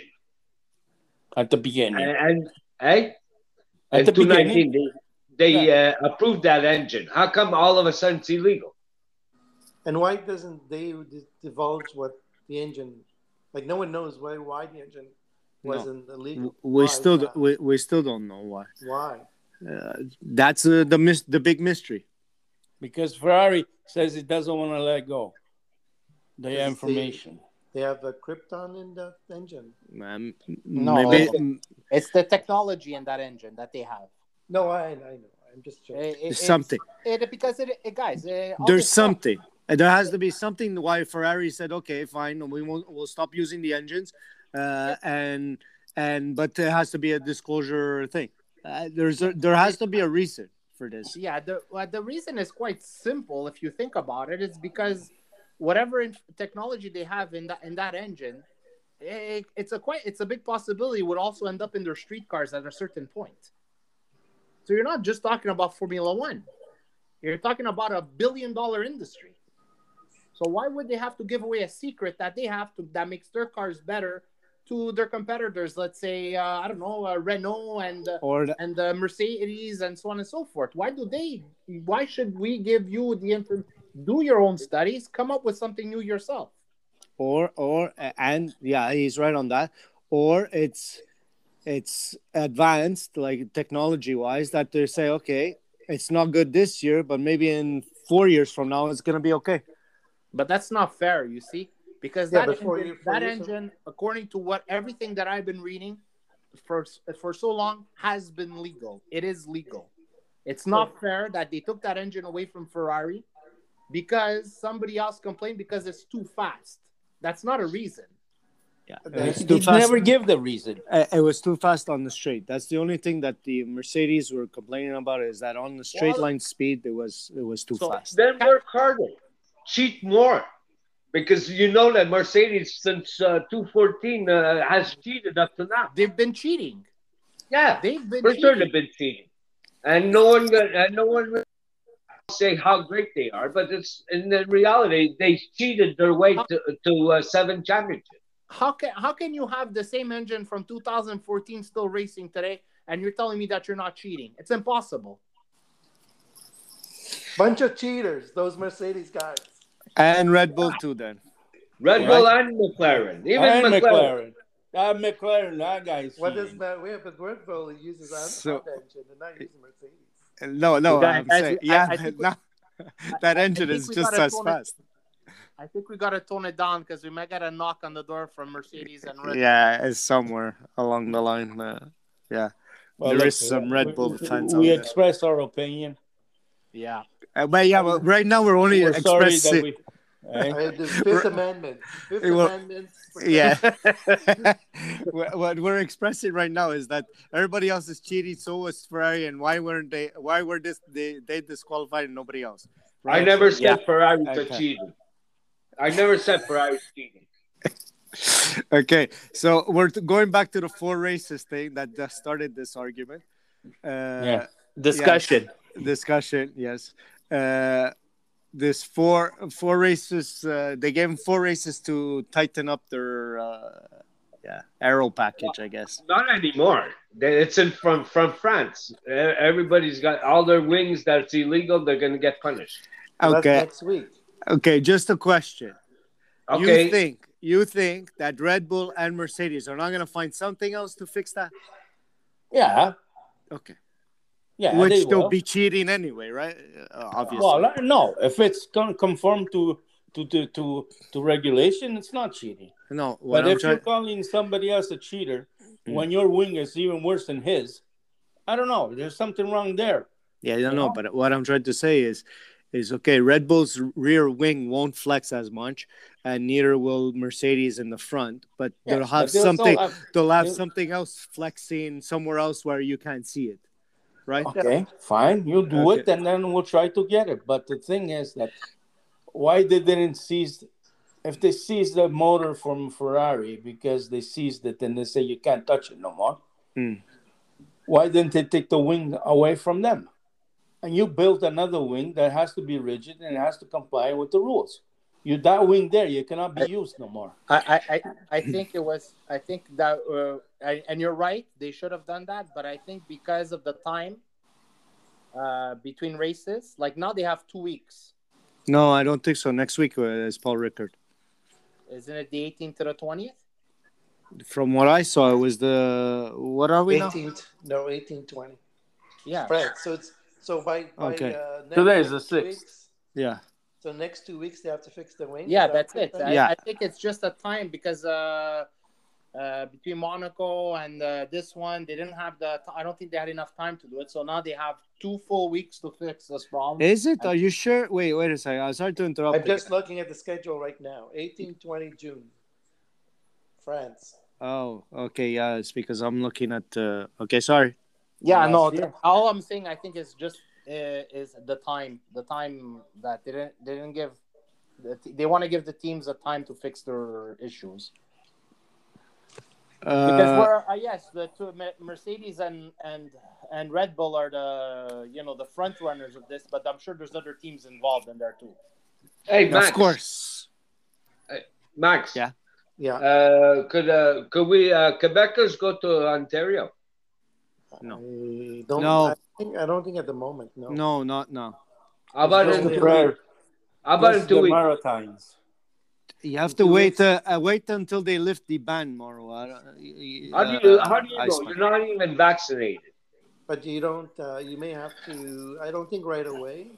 [SPEAKER 1] Mm-hmm.
[SPEAKER 6] at the beginning.
[SPEAKER 4] and, and eh?
[SPEAKER 1] Uh,
[SPEAKER 6] At
[SPEAKER 4] and
[SPEAKER 6] the
[SPEAKER 4] 219
[SPEAKER 6] beginning,
[SPEAKER 4] they, they uh, approved that engine. How come all of a sudden it's illegal?
[SPEAKER 3] And why doesn't they d- divulge what the engine? Like no one knows why why the engine wasn't illegal.
[SPEAKER 1] We
[SPEAKER 3] Why
[SPEAKER 1] still
[SPEAKER 3] was
[SPEAKER 1] do- we, we still don't know why.
[SPEAKER 3] that? why?
[SPEAKER 1] Uh, that's uh, the mis- the big mystery.
[SPEAKER 6] because Ferrari says it doesn't want to let go the
[SPEAKER 3] Because they-
[SPEAKER 6] information.
[SPEAKER 3] They have a krypton in that engine.
[SPEAKER 1] Um,
[SPEAKER 2] No.
[SPEAKER 1] maybe
[SPEAKER 2] It's the technology in that engine that they have.
[SPEAKER 3] No, I I know. I'm just joking.
[SPEAKER 2] It- it-
[SPEAKER 1] there's
[SPEAKER 2] it's-
[SPEAKER 1] something.
[SPEAKER 2] It, because it, it guys, eh, all
[SPEAKER 1] There's
[SPEAKER 2] this stuff-
[SPEAKER 1] something. And there has to be something why Ferrari said, okay, fine, we won't, we'll stop using the engines, uh, and and but there has to be a disclosure thing. Uh, there's a, there has to be a reason for this.
[SPEAKER 2] Yeah, the well, the reason is quite simple if you think about it. It's because whatever in- technology they have in that in that engine, it, it's a quite it's a big possibility would also end up in their street cars at a certain point. So you're not just talking about Formula One, you're talking about a billion dollar industry. So why would they have to give away a secret that they have to that makes their cars better to their competitors? Let's say uh, I don't know uh, Renault and. Uh,
[SPEAKER 1] Or
[SPEAKER 2] and the Mercedes and so on and so forth. Why do they? Why should we give you the info? Do your own studies. Come up with something new yourself.
[SPEAKER 1] or or and yeah he's right on that or it's it's advanced like technology wise that they say okay it's not good this year but maybe in four years from now it's gonna be okay
[SPEAKER 2] But that's not fair, you see, because
[SPEAKER 3] Yeah, but
[SPEAKER 2] that
[SPEAKER 3] for
[SPEAKER 2] engine,
[SPEAKER 3] you- for
[SPEAKER 2] that
[SPEAKER 3] you, sir.
[SPEAKER 2] engine, according to what everything that I've been reading for for so long, has been legal. It is legal. It's not fair that they took that engine away from Ferrari because somebody else complained because it's too fast. That's not a reason.
[SPEAKER 1] yeah
[SPEAKER 3] It's
[SPEAKER 1] it's
[SPEAKER 6] They
[SPEAKER 1] too fast
[SPEAKER 6] never give the reason.
[SPEAKER 1] Uh, it was too fast on the straight that's the only thing that the mercedes were complaining about is that on the straight
[SPEAKER 2] Well-
[SPEAKER 1] line speed it was it was too
[SPEAKER 2] So-
[SPEAKER 1] fast
[SPEAKER 4] Then work harder, cheat more, because you know that Mercedes since uh, 214 uh, has cheated up to now.
[SPEAKER 2] They've been cheating.
[SPEAKER 4] Yeah,
[SPEAKER 2] They've been
[SPEAKER 4] for sure
[SPEAKER 2] cheating.
[SPEAKER 4] they've been cheating, and no one got- and no one will say how great they are, but it's in the reality they cheated their way to, to uh, seven championships.
[SPEAKER 2] how can how can you have the same engine from 2014 still racing today and you're telling me that you're not cheating it's impossible
[SPEAKER 3] Bunch of cheaters. Those Mercedes guys.
[SPEAKER 1] and red bull too then
[SPEAKER 4] Red
[SPEAKER 6] Right.
[SPEAKER 4] Bull and McLaren, even
[SPEAKER 6] and
[SPEAKER 4] McLaren.
[SPEAKER 6] McLaren. That McLaren, that guy's.
[SPEAKER 3] What does that? Wait, but Red Bull uses our
[SPEAKER 1] So-
[SPEAKER 3] our engine. They're not using Mercedes.
[SPEAKER 1] no no
[SPEAKER 2] Guys,
[SPEAKER 1] i'm
[SPEAKER 2] guys,
[SPEAKER 1] saying
[SPEAKER 2] I-
[SPEAKER 1] yeah
[SPEAKER 2] I think we-
[SPEAKER 1] no, that
[SPEAKER 2] I
[SPEAKER 1] engine
[SPEAKER 2] think
[SPEAKER 1] is
[SPEAKER 2] we
[SPEAKER 1] just
[SPEAKER 2] gotta
[SPEAKER 1] as
[SPEAKER 2] tone it-
[SPEAKER 1] fast
[SPEAKER 2] i think we gotta tone it down because we might get a knock on the door from mercedes and red
[SPEAKER 1] Yeah, it's somewhere along the line. Uh, There is some Red Bull
[SPEAKER 6] we,
[SPEAKER 1] fans
[SPEAKER 6] We
[SPEAKER 1] out there.
[SPEAKER 6] express our opinion.
[SPEAKER 2] yeah
[SPEAKER 1] uh, but yeah, but right now we're only
[SPEAKER 6] We're sorry
[SPEAKER 1] expressing.
[SPEAKER 6] that we. Eh?
[SPEAKER 3] I have the Fifth Amendment. Fifth
[SPEAKER 1] Well,
[SPEAKER 3] Amendment.
[SPEAKER 1] Yeah, what what we're expressing right now is that everybody else is cheating. So was Ferrari, and why weren't they? Why were this they they disqualified and nobody else?
[SPEAKER 4] I never said
[SPEAKER 1] Yeah.
[SPEAKER 4] Ferrari's a
[SPEAKER 1] Okay.
[SPEAKER 4] cheating. I never said Ferrari's cheating.
[SPEAKER 1] okay, so we're t- going back to the four races thing that just started this argument. Uh,
[SPEAKER 6] Yeah.
[SPEAKER 1] Discussion. discussion. Yes, uh, this four four races. Uh, they gave them four races to tighten up their uh, yeah arrow package, I guess.
[SPEAKER 4] Not anymore. They- It's in from from France. E- Everybody's got all their wings that's illegal. They're gonna get punished.
[SPEAKER 3] That's
[SPEAKER 1] Okay,
[SPEAKER 3] next week.
[SPEAKER 1] okay. Just a question.
[SPEAKER 4] Okay.
[SPEAKER 1] You think you think that Red Bull and Mercedes are not going to find something else to fix that?
[SPEAKER 6] Yeah,
[SPEAKER 1] Okay,
[SPEAKER 6] yeah.
[SPEAKER 1] which
[SPEAKER 6] they
[SPEAKER 1] they'll
[SPEAKER 6] will.
[SPEAKER 1] be cheating anyway, right? Uh, obviously.
[SPEAKER 6] Well, uh, no. If it's con- conform to to to to, to regulation, it's not cheating.
[SPEAKER 1] no, what
[SPEAKER 6] But
[SPEAKER 1] I'm
[SPEAKER 6] if you're
[SPEAKER 1] trying.
[SPEAKER 6] calling somebody else a cheater
[SPEAKER 1] Mm.
[SPEAKER 6] when your wing is even worse than his, I don't know. There's something wrong there.
[SPEAKER 1] Yeah, I don't know, but what I'm trying to say is, is okay. Red Bull's rear wing won't flex as much, and neither will Mercedes in the front. But
[SPEAKER 6] Yes,
[SPEAKER 1] they'll have
[SPEAKER 6] but they'll still
[SPEAKER 1] something.
[SPEAKER 6] have-
[SPEAKER 1] they'll have
[SPEAKER 6] they'll-
[SPEAKER 1] something else flexing somewhere else where you can't see it, right?
[SPEAKER 6] Okay, fine. You do
[SPEAKER 1] Okay.
[SPEAKER 6] it, and then we'll try to get it. But the thing is that why they didn't seize? If they seize the motor from Ferrari because they seized it and they say you can't touch it no more,
[SPEAKER 1] Hmm.
[SPEAKER 6] why didn't they take the wing away from them? And you built another wing that has to be rigid and it has to comply with the rules. You that wing there, you cannot be used no more.
[SPEAKER 2] I, I, I- I think it was. I think that, uh, I, and you're right. They should have done that, but I think because of the time uh, between races, like now they have two weeks,
[SPEAKER 1] No, I don't think so. Next week uh, is Paul Rickard.
[SPEAKER 2] isn't it? The 18th to the 20th.
[SPEAKER 1] From what I saw, it was the what are we now?
[SPEAKER 3] 18th, no, 18, 20.
[SPEAKER 2] Yeah.
[SPEAKER 3] France. So it's so by, by
[SPEAKER 1] Okay.
[SPEAKER 3] uh, next
[SPEAKER 5] Today is the
[SPEAKER 3] two
[SPEAKER 5] sixth.
[SPEAKER 3] weeks-
[SPEAKER 1] Yeah,
[SPEAKER 3] So next two weeks they have to fix the wing.
[SPEAKER 2] Yeah,
[SPEAKER 3] Is that
[SPEAKER 2] that's it. I,
[SPEAKER 1] Yeah.
[SPEAKER 2] I think it's just a time because uh, uh, between Monaco and uh, this one, they didn't have the. I don't think they had enough time to do it. So now they have two full weeks to fix this problem.
[SPEAKER 1] is it? Are you sure? Wait, wait a second. I'm sorry to interrupt.
[SPEAKER 3] I'm just looking at the schedule right now. 18, 20 June, France.
[SPEAKER 1] Oh, okay. Yeah, it's because I'm looking at. Uh, okay, sorry.
[SPEAKER 2] yeah, no.
[SPEAKER 6] Last year.
[SPEAKER 2] th- all I'm saying, I think, is just uh, is the time. The time that they didn't they didn't give. the t- They want to give the teams a time to fix their issues. because
[SPEAKER 1] Uh,
[SPEAKER 2] we're uh, yes, the two Me- Mercedes and and and Red Bull are the you know the front runners of this, but I'm sure there's other teams involved in there too.
[SPEAKER 4] Hey, Max.
[SPEAKER 1] Uh, of course.
[SPEAKER 4] Max.
[SPEAKER 1] Yeah.
[SPEAKER 3] Yeah.
[SPEAKER 4] Uh, could uh, could we uh, Quebecers go to Ontario?
[SPEAKER 1] No.
[SPEAKER 3] I don't,
[SPEAKER 1] No.
[SPEAKER 3] I, think, I don't think at the moment. No.
[SPEAKER 1] No, not now.
[SPEAKER 4] How about
[SPEAKER 3] Just
[SPEAKER 4] in
[SPEAKER 3] the
[SPEAKER 4] two
[SPEAKER 3] prayer.
[SPEAKER 4] weeks? How about in
[SPEAKER 5] Just
[SPEAKER 4] two
[SPEAKER 5] the
[SPEAKER 4] weeks?
[SPEAKER 5] Maritimes.
[SPEAKER 1] You have to wait. Uh, uh, wait until they lift the ban, Moro. I don't-
[SPEAKER 4] How do you
[SPEAKER 1] uh,
[SPEAKER 4] how do you
[SPEAKER 1] I
[SPEAKER 4] know?
[SPEAKER 1] swear.
[SPEAKER 4] You're not even vaccinated.
[SPEAKER 3] But you don't. Uh, you may have to. I don't think right away,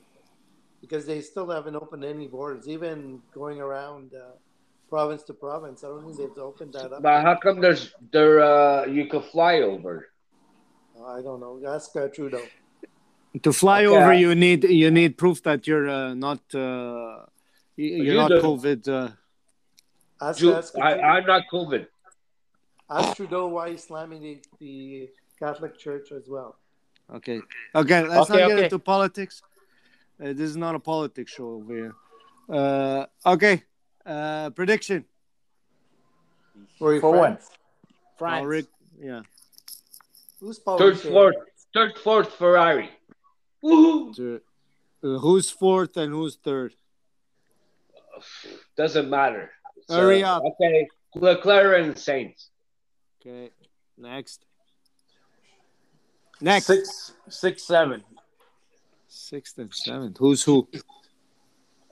[SPEAKER 3] because they still haven't opened any borders. Even going around uh, province to province, I don't think they've opened that up.
[SPEAKER 4] But how come there's there uh, you could fly over?
[SPEAKER 3] I don't know. Ask uh, Trudeau.
[SPEAKER 1] To fly
[SPEAKER 4] Okay.
[SPEAKER 1] over, you need you need proof that you're uh, not uh, you- you're
[SPEAKER 4] You
[SPEAKER 1] not
[SPEAKER 4] don't-
[SPEAKER 1] COVID. Uh,
[SPEAKER 3] Ask,
[SPEAKER 4] Ju-
[SPEAKER 3] ask,
[SPEAKER 4] I,
[SPEAKER 3] Trudeau.
[SPEAKER 4] I'm not COVID.
[SPEAKER 3] ask Trudeau why he's slamming the, the Catholic Church as well.
[SPEAKER 1] okay, okay. Let's
[SPEAKER 2] Okay,
[SPEAKER 1] not get
[SPEAKER 2] okay.
[SPEAKER 1] into politics. Uh, this is not a politics show over here. Uh, okay, uh, prediction.
[SPEAKER 3] For
[SPEAKER 5] when?
[SPEAKER 2] France,
[SPEAKER 1] Paul Rick- yeah,
[SPEAKER 3] Who's
[SPEAKER 1] Oh,
[SPEAKER 3] Paul
[SPEAKER 4] Third,
[SPEAKER 3] Ricard?
[SPEAKER 4] fourth, third, fourth Ferrari. Woohoo!
[SPEAKER 1] Uh, who's fourth and who's third?
[SPEAKER 4] Doesn't matter. So,
[SPEAKER 1] Hurry up.
[SPEAKER 4] Okay, Leclerc and Saints.
[SPEAKER 1] Okay, next. Next,
[SPEAKER 5] Six, six, seven.
[SPEAKER 1] sixth and seventh. Who's who?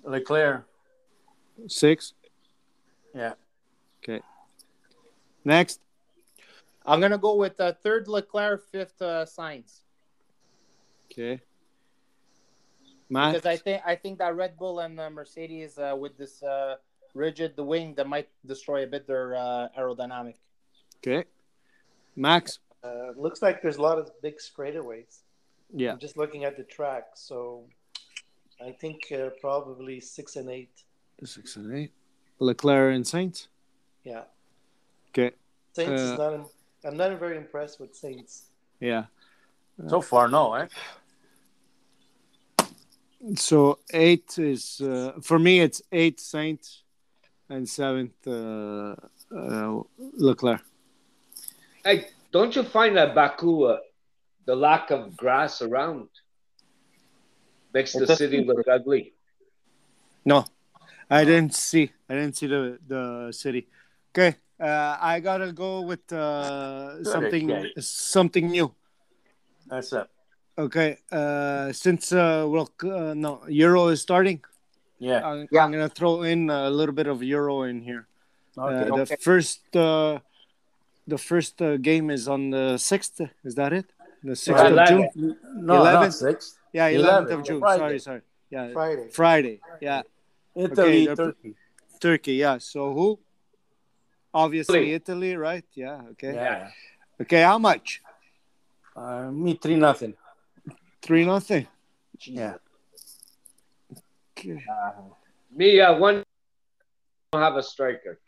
[SPEAKER 5] Leclerc.
[SPEAKER 1] Six.
[SPEAKER 5] Yeah.
[SPEAKER 1] Okay. Next.
[SPEAKER 2] I'm gonna go with uh, third Leclerc, fifth uh, Signs
[SPEAKER 1] Okay. Matt.
[SPEAKER 2] because I think I think that Red Bull and uh, Mercedes uh, with this uh, rigid wing that might destroy a bit their uh, aerodynamic.
[SPEAKER 1] Okay. Max.
[SPEAKER 3] Uh, looks like there's a lot of big straightaways.
[SPEAKER 1] Yeah.
[SPEAKER 3] I'm just looking at the track, so I think uh, probably six and eight.
[SPEAKER 1] Six and eight. Leclerc and Saints.
[SPEAKER 3] Yeah,
[SPEAKER 1] Okay.
[SPEAKER 3] Saints
[SPEAKER 1] Uh,
[SPEAKER 3] is not. In, I'm not very impressed with Saints.
[SPEAKER 1] Yeah.
[SPEAKER 5] So far, no, eh?
[SPEAKER 1] So eight is uh, for me. It's eight Saints and seventh uh, uh, Leclerc.
[SPEAKER 4] Hey, don't you find that Baku, uh, the lack of grass around, makes the city look ugly?
[SPEAKER 1] No, I didn't see. I didn't see the the city. Okay. Uh, I gotta go with uh, something
[SPEAKER 5] okay.
[SPEAKER 1] something new.
[SPEAKER 5] That's it.
[SPEAKER 1] Okay, uh, since uh, World uh, no Euro is starting,
[SPEAKER 5] Yeah.
[SPEAKER 1] I'm, I'm gonna throw in a little bit of Euro in here.
[SPEAKER 5] Okay.
[SPEAKER 1] Uh, the first uh, the first uh, game is on the sixth. Is that it? The sixth of June.
[SPEAKER 5] No,
[SPEAKER 1] Eleven.
[SPEAKER 5] not sixth.
[SPEAKER 1] Yeah, eleventh
[SPEAKER 5] Eleven,
[SPEAKER 1] of June.
[SPEAKER 5] Friday.
[SPEAKER 1] Sorry, sorry. Yeah,
[SPEAKER 3] Friday.
[SPEAKER 1] Friday. Yeah,
[SPEAKER 5] Italy,
[SPEAKER 1] they're-
[SPEAKER 5] Turkey.
[SPEAKER 1] Turkey. Yeah. So who? Obviously
[SPEAKER 4] Italy.
[SPEAKER 1] Italy, right? Yeah. Okay.
[SPEAKER 5] Yeah.
[SPEAKER 1] Okay. How much?
[SPEAKER 5] Uh, me three nothing.
[SPEAKER 1] Three nothing.
[SPEAKER 6] Yeah.
[SPEAKER 1] Okay.
[SPEAKER 2] Uh,
[SPEAKER 4] Me, I want to have a striker.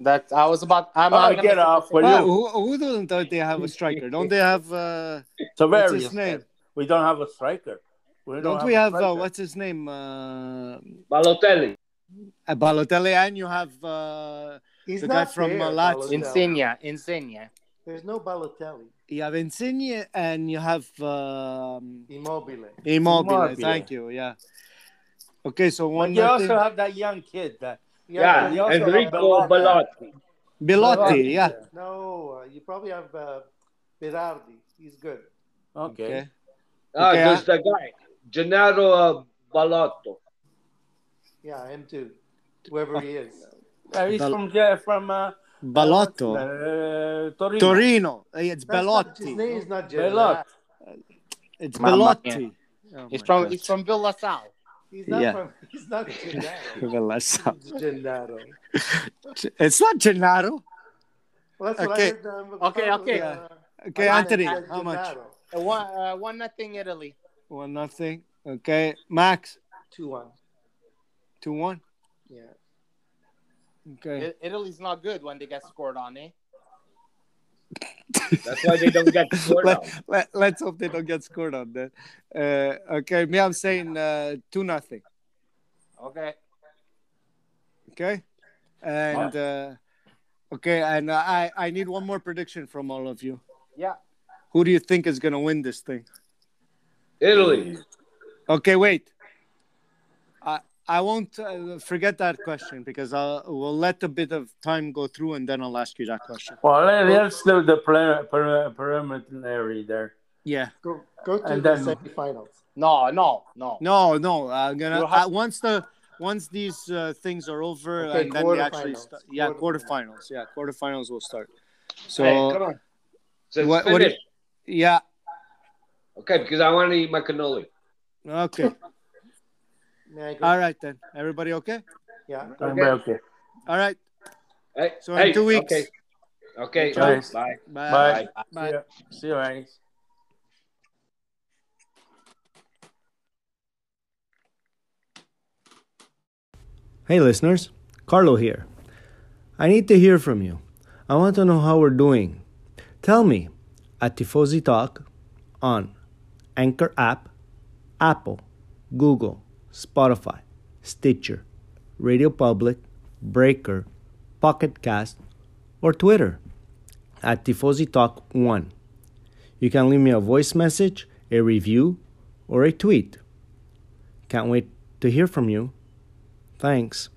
[SPEAKER 2] that I was about. I'm,
[SPEAKER 6] Oh,
[SPEAKER 2] I'm gonna
[SPEAKER 6] get
[SPEAKER 2] say
[SPEAKER 6] off
[SPEAKER 2] the
[SPEAKER 6] with
[SPEAKER 2] same-
[SPEAKER 1] Well,
[SPEAKER 6] you.
[SPEAKER 1] who, who doesn't think they have a striker? Don't they have uh, what's
[SPEAKER 6] Tavares.
[SPEAKER 1] his name?
[SPEAKER 6] We don't have a striker. We don't,
[SPEAKER 1] Don't we have
[SPEAKER 6] a
[SPEAKER 1] uh,
[SPEAKER 6] striker.
[SPEAKER 1] what's his name? Uh,
[SPEAKER 4] Balotelli.
[SPEAKER 1] Balotelli, and you have uh,
[SPEAKER 3] He's
[SPEAKER 1] The guy
[SPEAKER 3] not
[SPEAKER 1] from,
[SPEAKER 3] there,
[SPEAKER 1] uh, Lazio.
[SPEAKER 3] Balotelli.
[SPEAKER 2] Insigne, Insigne.
[SPEAKER 3] There's no Balotelli.
[SPEAKER 1] you have Insigne, and you have um,
[SPEAKER 3] Immobile.
[SPEAKER 1] Immobile.
[SPEAKER 6] Immobile.
[SPEAKER 1] Thank you. Yeah. Okay, so
[SPEAKER 6] But
[SPEAKER 1] one
[SPEAKER 6] you
[SPEAKER 1] nothing.
[SPEAKER 6] also have that young kid. That,
[SPEAKER 4] Yeah,
[SPEAKER 6] he also had
[SPEAKER 4] Enrico
[SPEAKER 6] Belotti.
[SPEAKER 4] Belotti.
[SPEAKER 1] Belotti. Yeah.
[SPEAKER 3] No, uh, you probably have uh, Berardi. He's good.
[SPEAKER 6] Okay.
[SPEAKER 1] Okay.
[SPEAKER 4] Ah,
[SPEAKER 1] Okay,
[SPEAKER 4] there's the guy, Gennaro uh, Balotto.
[SPEAKER 3] Yeah, him too. Whoever he is.
[SPEAKER 6] Uh, he's
[SPEAKER 1] Bel-
[SPEAKER 6] from uh, from uh,
[SPEAKER 1] Balotto.
[SPEAKER 6] uh, Torino.
[SPEAKER 1] Oh. Torino. Uh, It's
[SPEAKER 3] That's not- His
[SPEAKER 1] Belotti.
[SPEAKER 3] name is not
[SPEAKER 6] Belotti.
[SPEAKER 3] Gerard.
[SPEAKER 1] It's
[SPEAKER 2] Mamma
[SPEAKER 1] Belotti. Oh
[SPEAKER 2] He's
[SPEAKER 1] my
[SPEAKER 2] from
[SPEAKER 1] God.
[SPEAKER 2] he's from Villa Sal.
[SPEAKER 3] He's not
[SPEAKER 1] Yeah.
[SPEAKER 3] from. He's not Gennaro.
[SPEAKER 1] Velasa.
[SPEAKER 3] It's Gennaro.
[SPEAKER 1] It's not Gennaro.
[SPEAKER 3] Well, that's what I
[SPEAKER 1] Okay.
[SPEAKER 3] heard. Um,
[SPEAKER 2] Okay,
[SPEAKER 3] Pablo,
[SPEAKER 2] okay.
[SPEAKER 3] uh,
[SPEAKER 1] Okay,
[SPEAKER 3] Pablo
[SPEAKER 1] Anthony.
[SPEAKER 3] said
[SPEAKER 1] How much?
[SPEAKER 3] Gennaro.
[SPEAKER 2] Uh, One uh, one nothing Italy.
[SPEAKER 1] One nothing. Okay, Max.
[SPEAKER 3] Two one.
[SPEAKER 1] Two one.
[SPEAKER 3] Yeah.
[SPEAKER 1] Okay.
[SPEAKER 2] I- Italy's not good when they get scored on, eh?
[SPEAKER 4] That's why they don't get scored
[SPEAKER 1] Let,
[SPEAKER 4] on.
[SPEAKER 1] let, let's hope they don't get scored on that. Uh, okay, me, I'm saying uh, two nothing.
[SPEAKER 2] Okay.
[SPEAKER 1] Okay, and uh, okay, and I I need one more prediction from all of you.
[SPEAKER 2] Yeah.
[SPEAKER 1] Who do you think is gonna win this thing? Mm.
[SPEAKER 4] Italy.
[SPEAKER 1] Okay, wait. I I won't uh, forget that question because I'll we'll let a bit of time go through and then I'll ask you that question.
[SPEAKER 6] Well, let- let's do the pre- pre- preliminary there.
[SPEAKER 1] Yeah.
[SPEAKER 3] Go, go to
[SPEAKER 6] And
[SPEAKER 3] the
[SPEAKER 6] then-
[SPEAKER 3] semifinals.
[SPEAKER 2] No, no, no.
[SPEAKER 1] No, no. I'm gonna
[SPEAKER 2] You'll have-
[SPEAKER 1] uh, once the once these uh, things are over
[SPEAKER 3] Okay,
[SPEAKER 1] and then we actually
[SPEAKER 3] quarterfinals.
[SPEAKER 1] start. Yeah,
[SPEAKER 3] Quarterfinals.
[SPEAKER 1] quarterfinals. Yeah, quarterfinals will start. So
[SPEAKER 4] Hey, come on. So it's
[SPEAKER 1] What- what do you-
[SPEAKER 4] finished.
[SPEAKER 1] yeah,
[SPEAKER 4] Okay, because I want to eat my cannoli.
[SPEAKER 1] okay.
[SPEAKER 3] May I go?
[SPEAKER 1] All right then. Everybody okay?
[SPEAKER 3] Yeah.
[SPEAKER 6] Okay. okay.
[SPEAKER 1] All right.
[SPEAKER 4] Hey,
[SPEAKER 1] So in
[SPEAKER 4] hey,
[SPEAKER 1] two weeks.
[SPEAKER 4] Okay. Okay.
[SPEAKER 6] Nice.
[SPEAKER 4] Bye.
[SPEAKER 1] Bye.
[SPEAKER 6] Bye.
[SPEAKER 1] Bye.
[SPEAKER 6] See ya. See you, Agnes.
[SPEAKER 7] Hey, listeners, Carlo here. I need to hear from you. I want to know how we're doing. Tell me at Tifosi Talk on Anchor App, Apple, Google, Spotify, Stitcher, Radio Public, Breaker, Pocket Cast, or Twitter at Tifosi Talk 1. You can leave me a voice message, a review, or a tweet. Can't wait to hear from you. Thanks.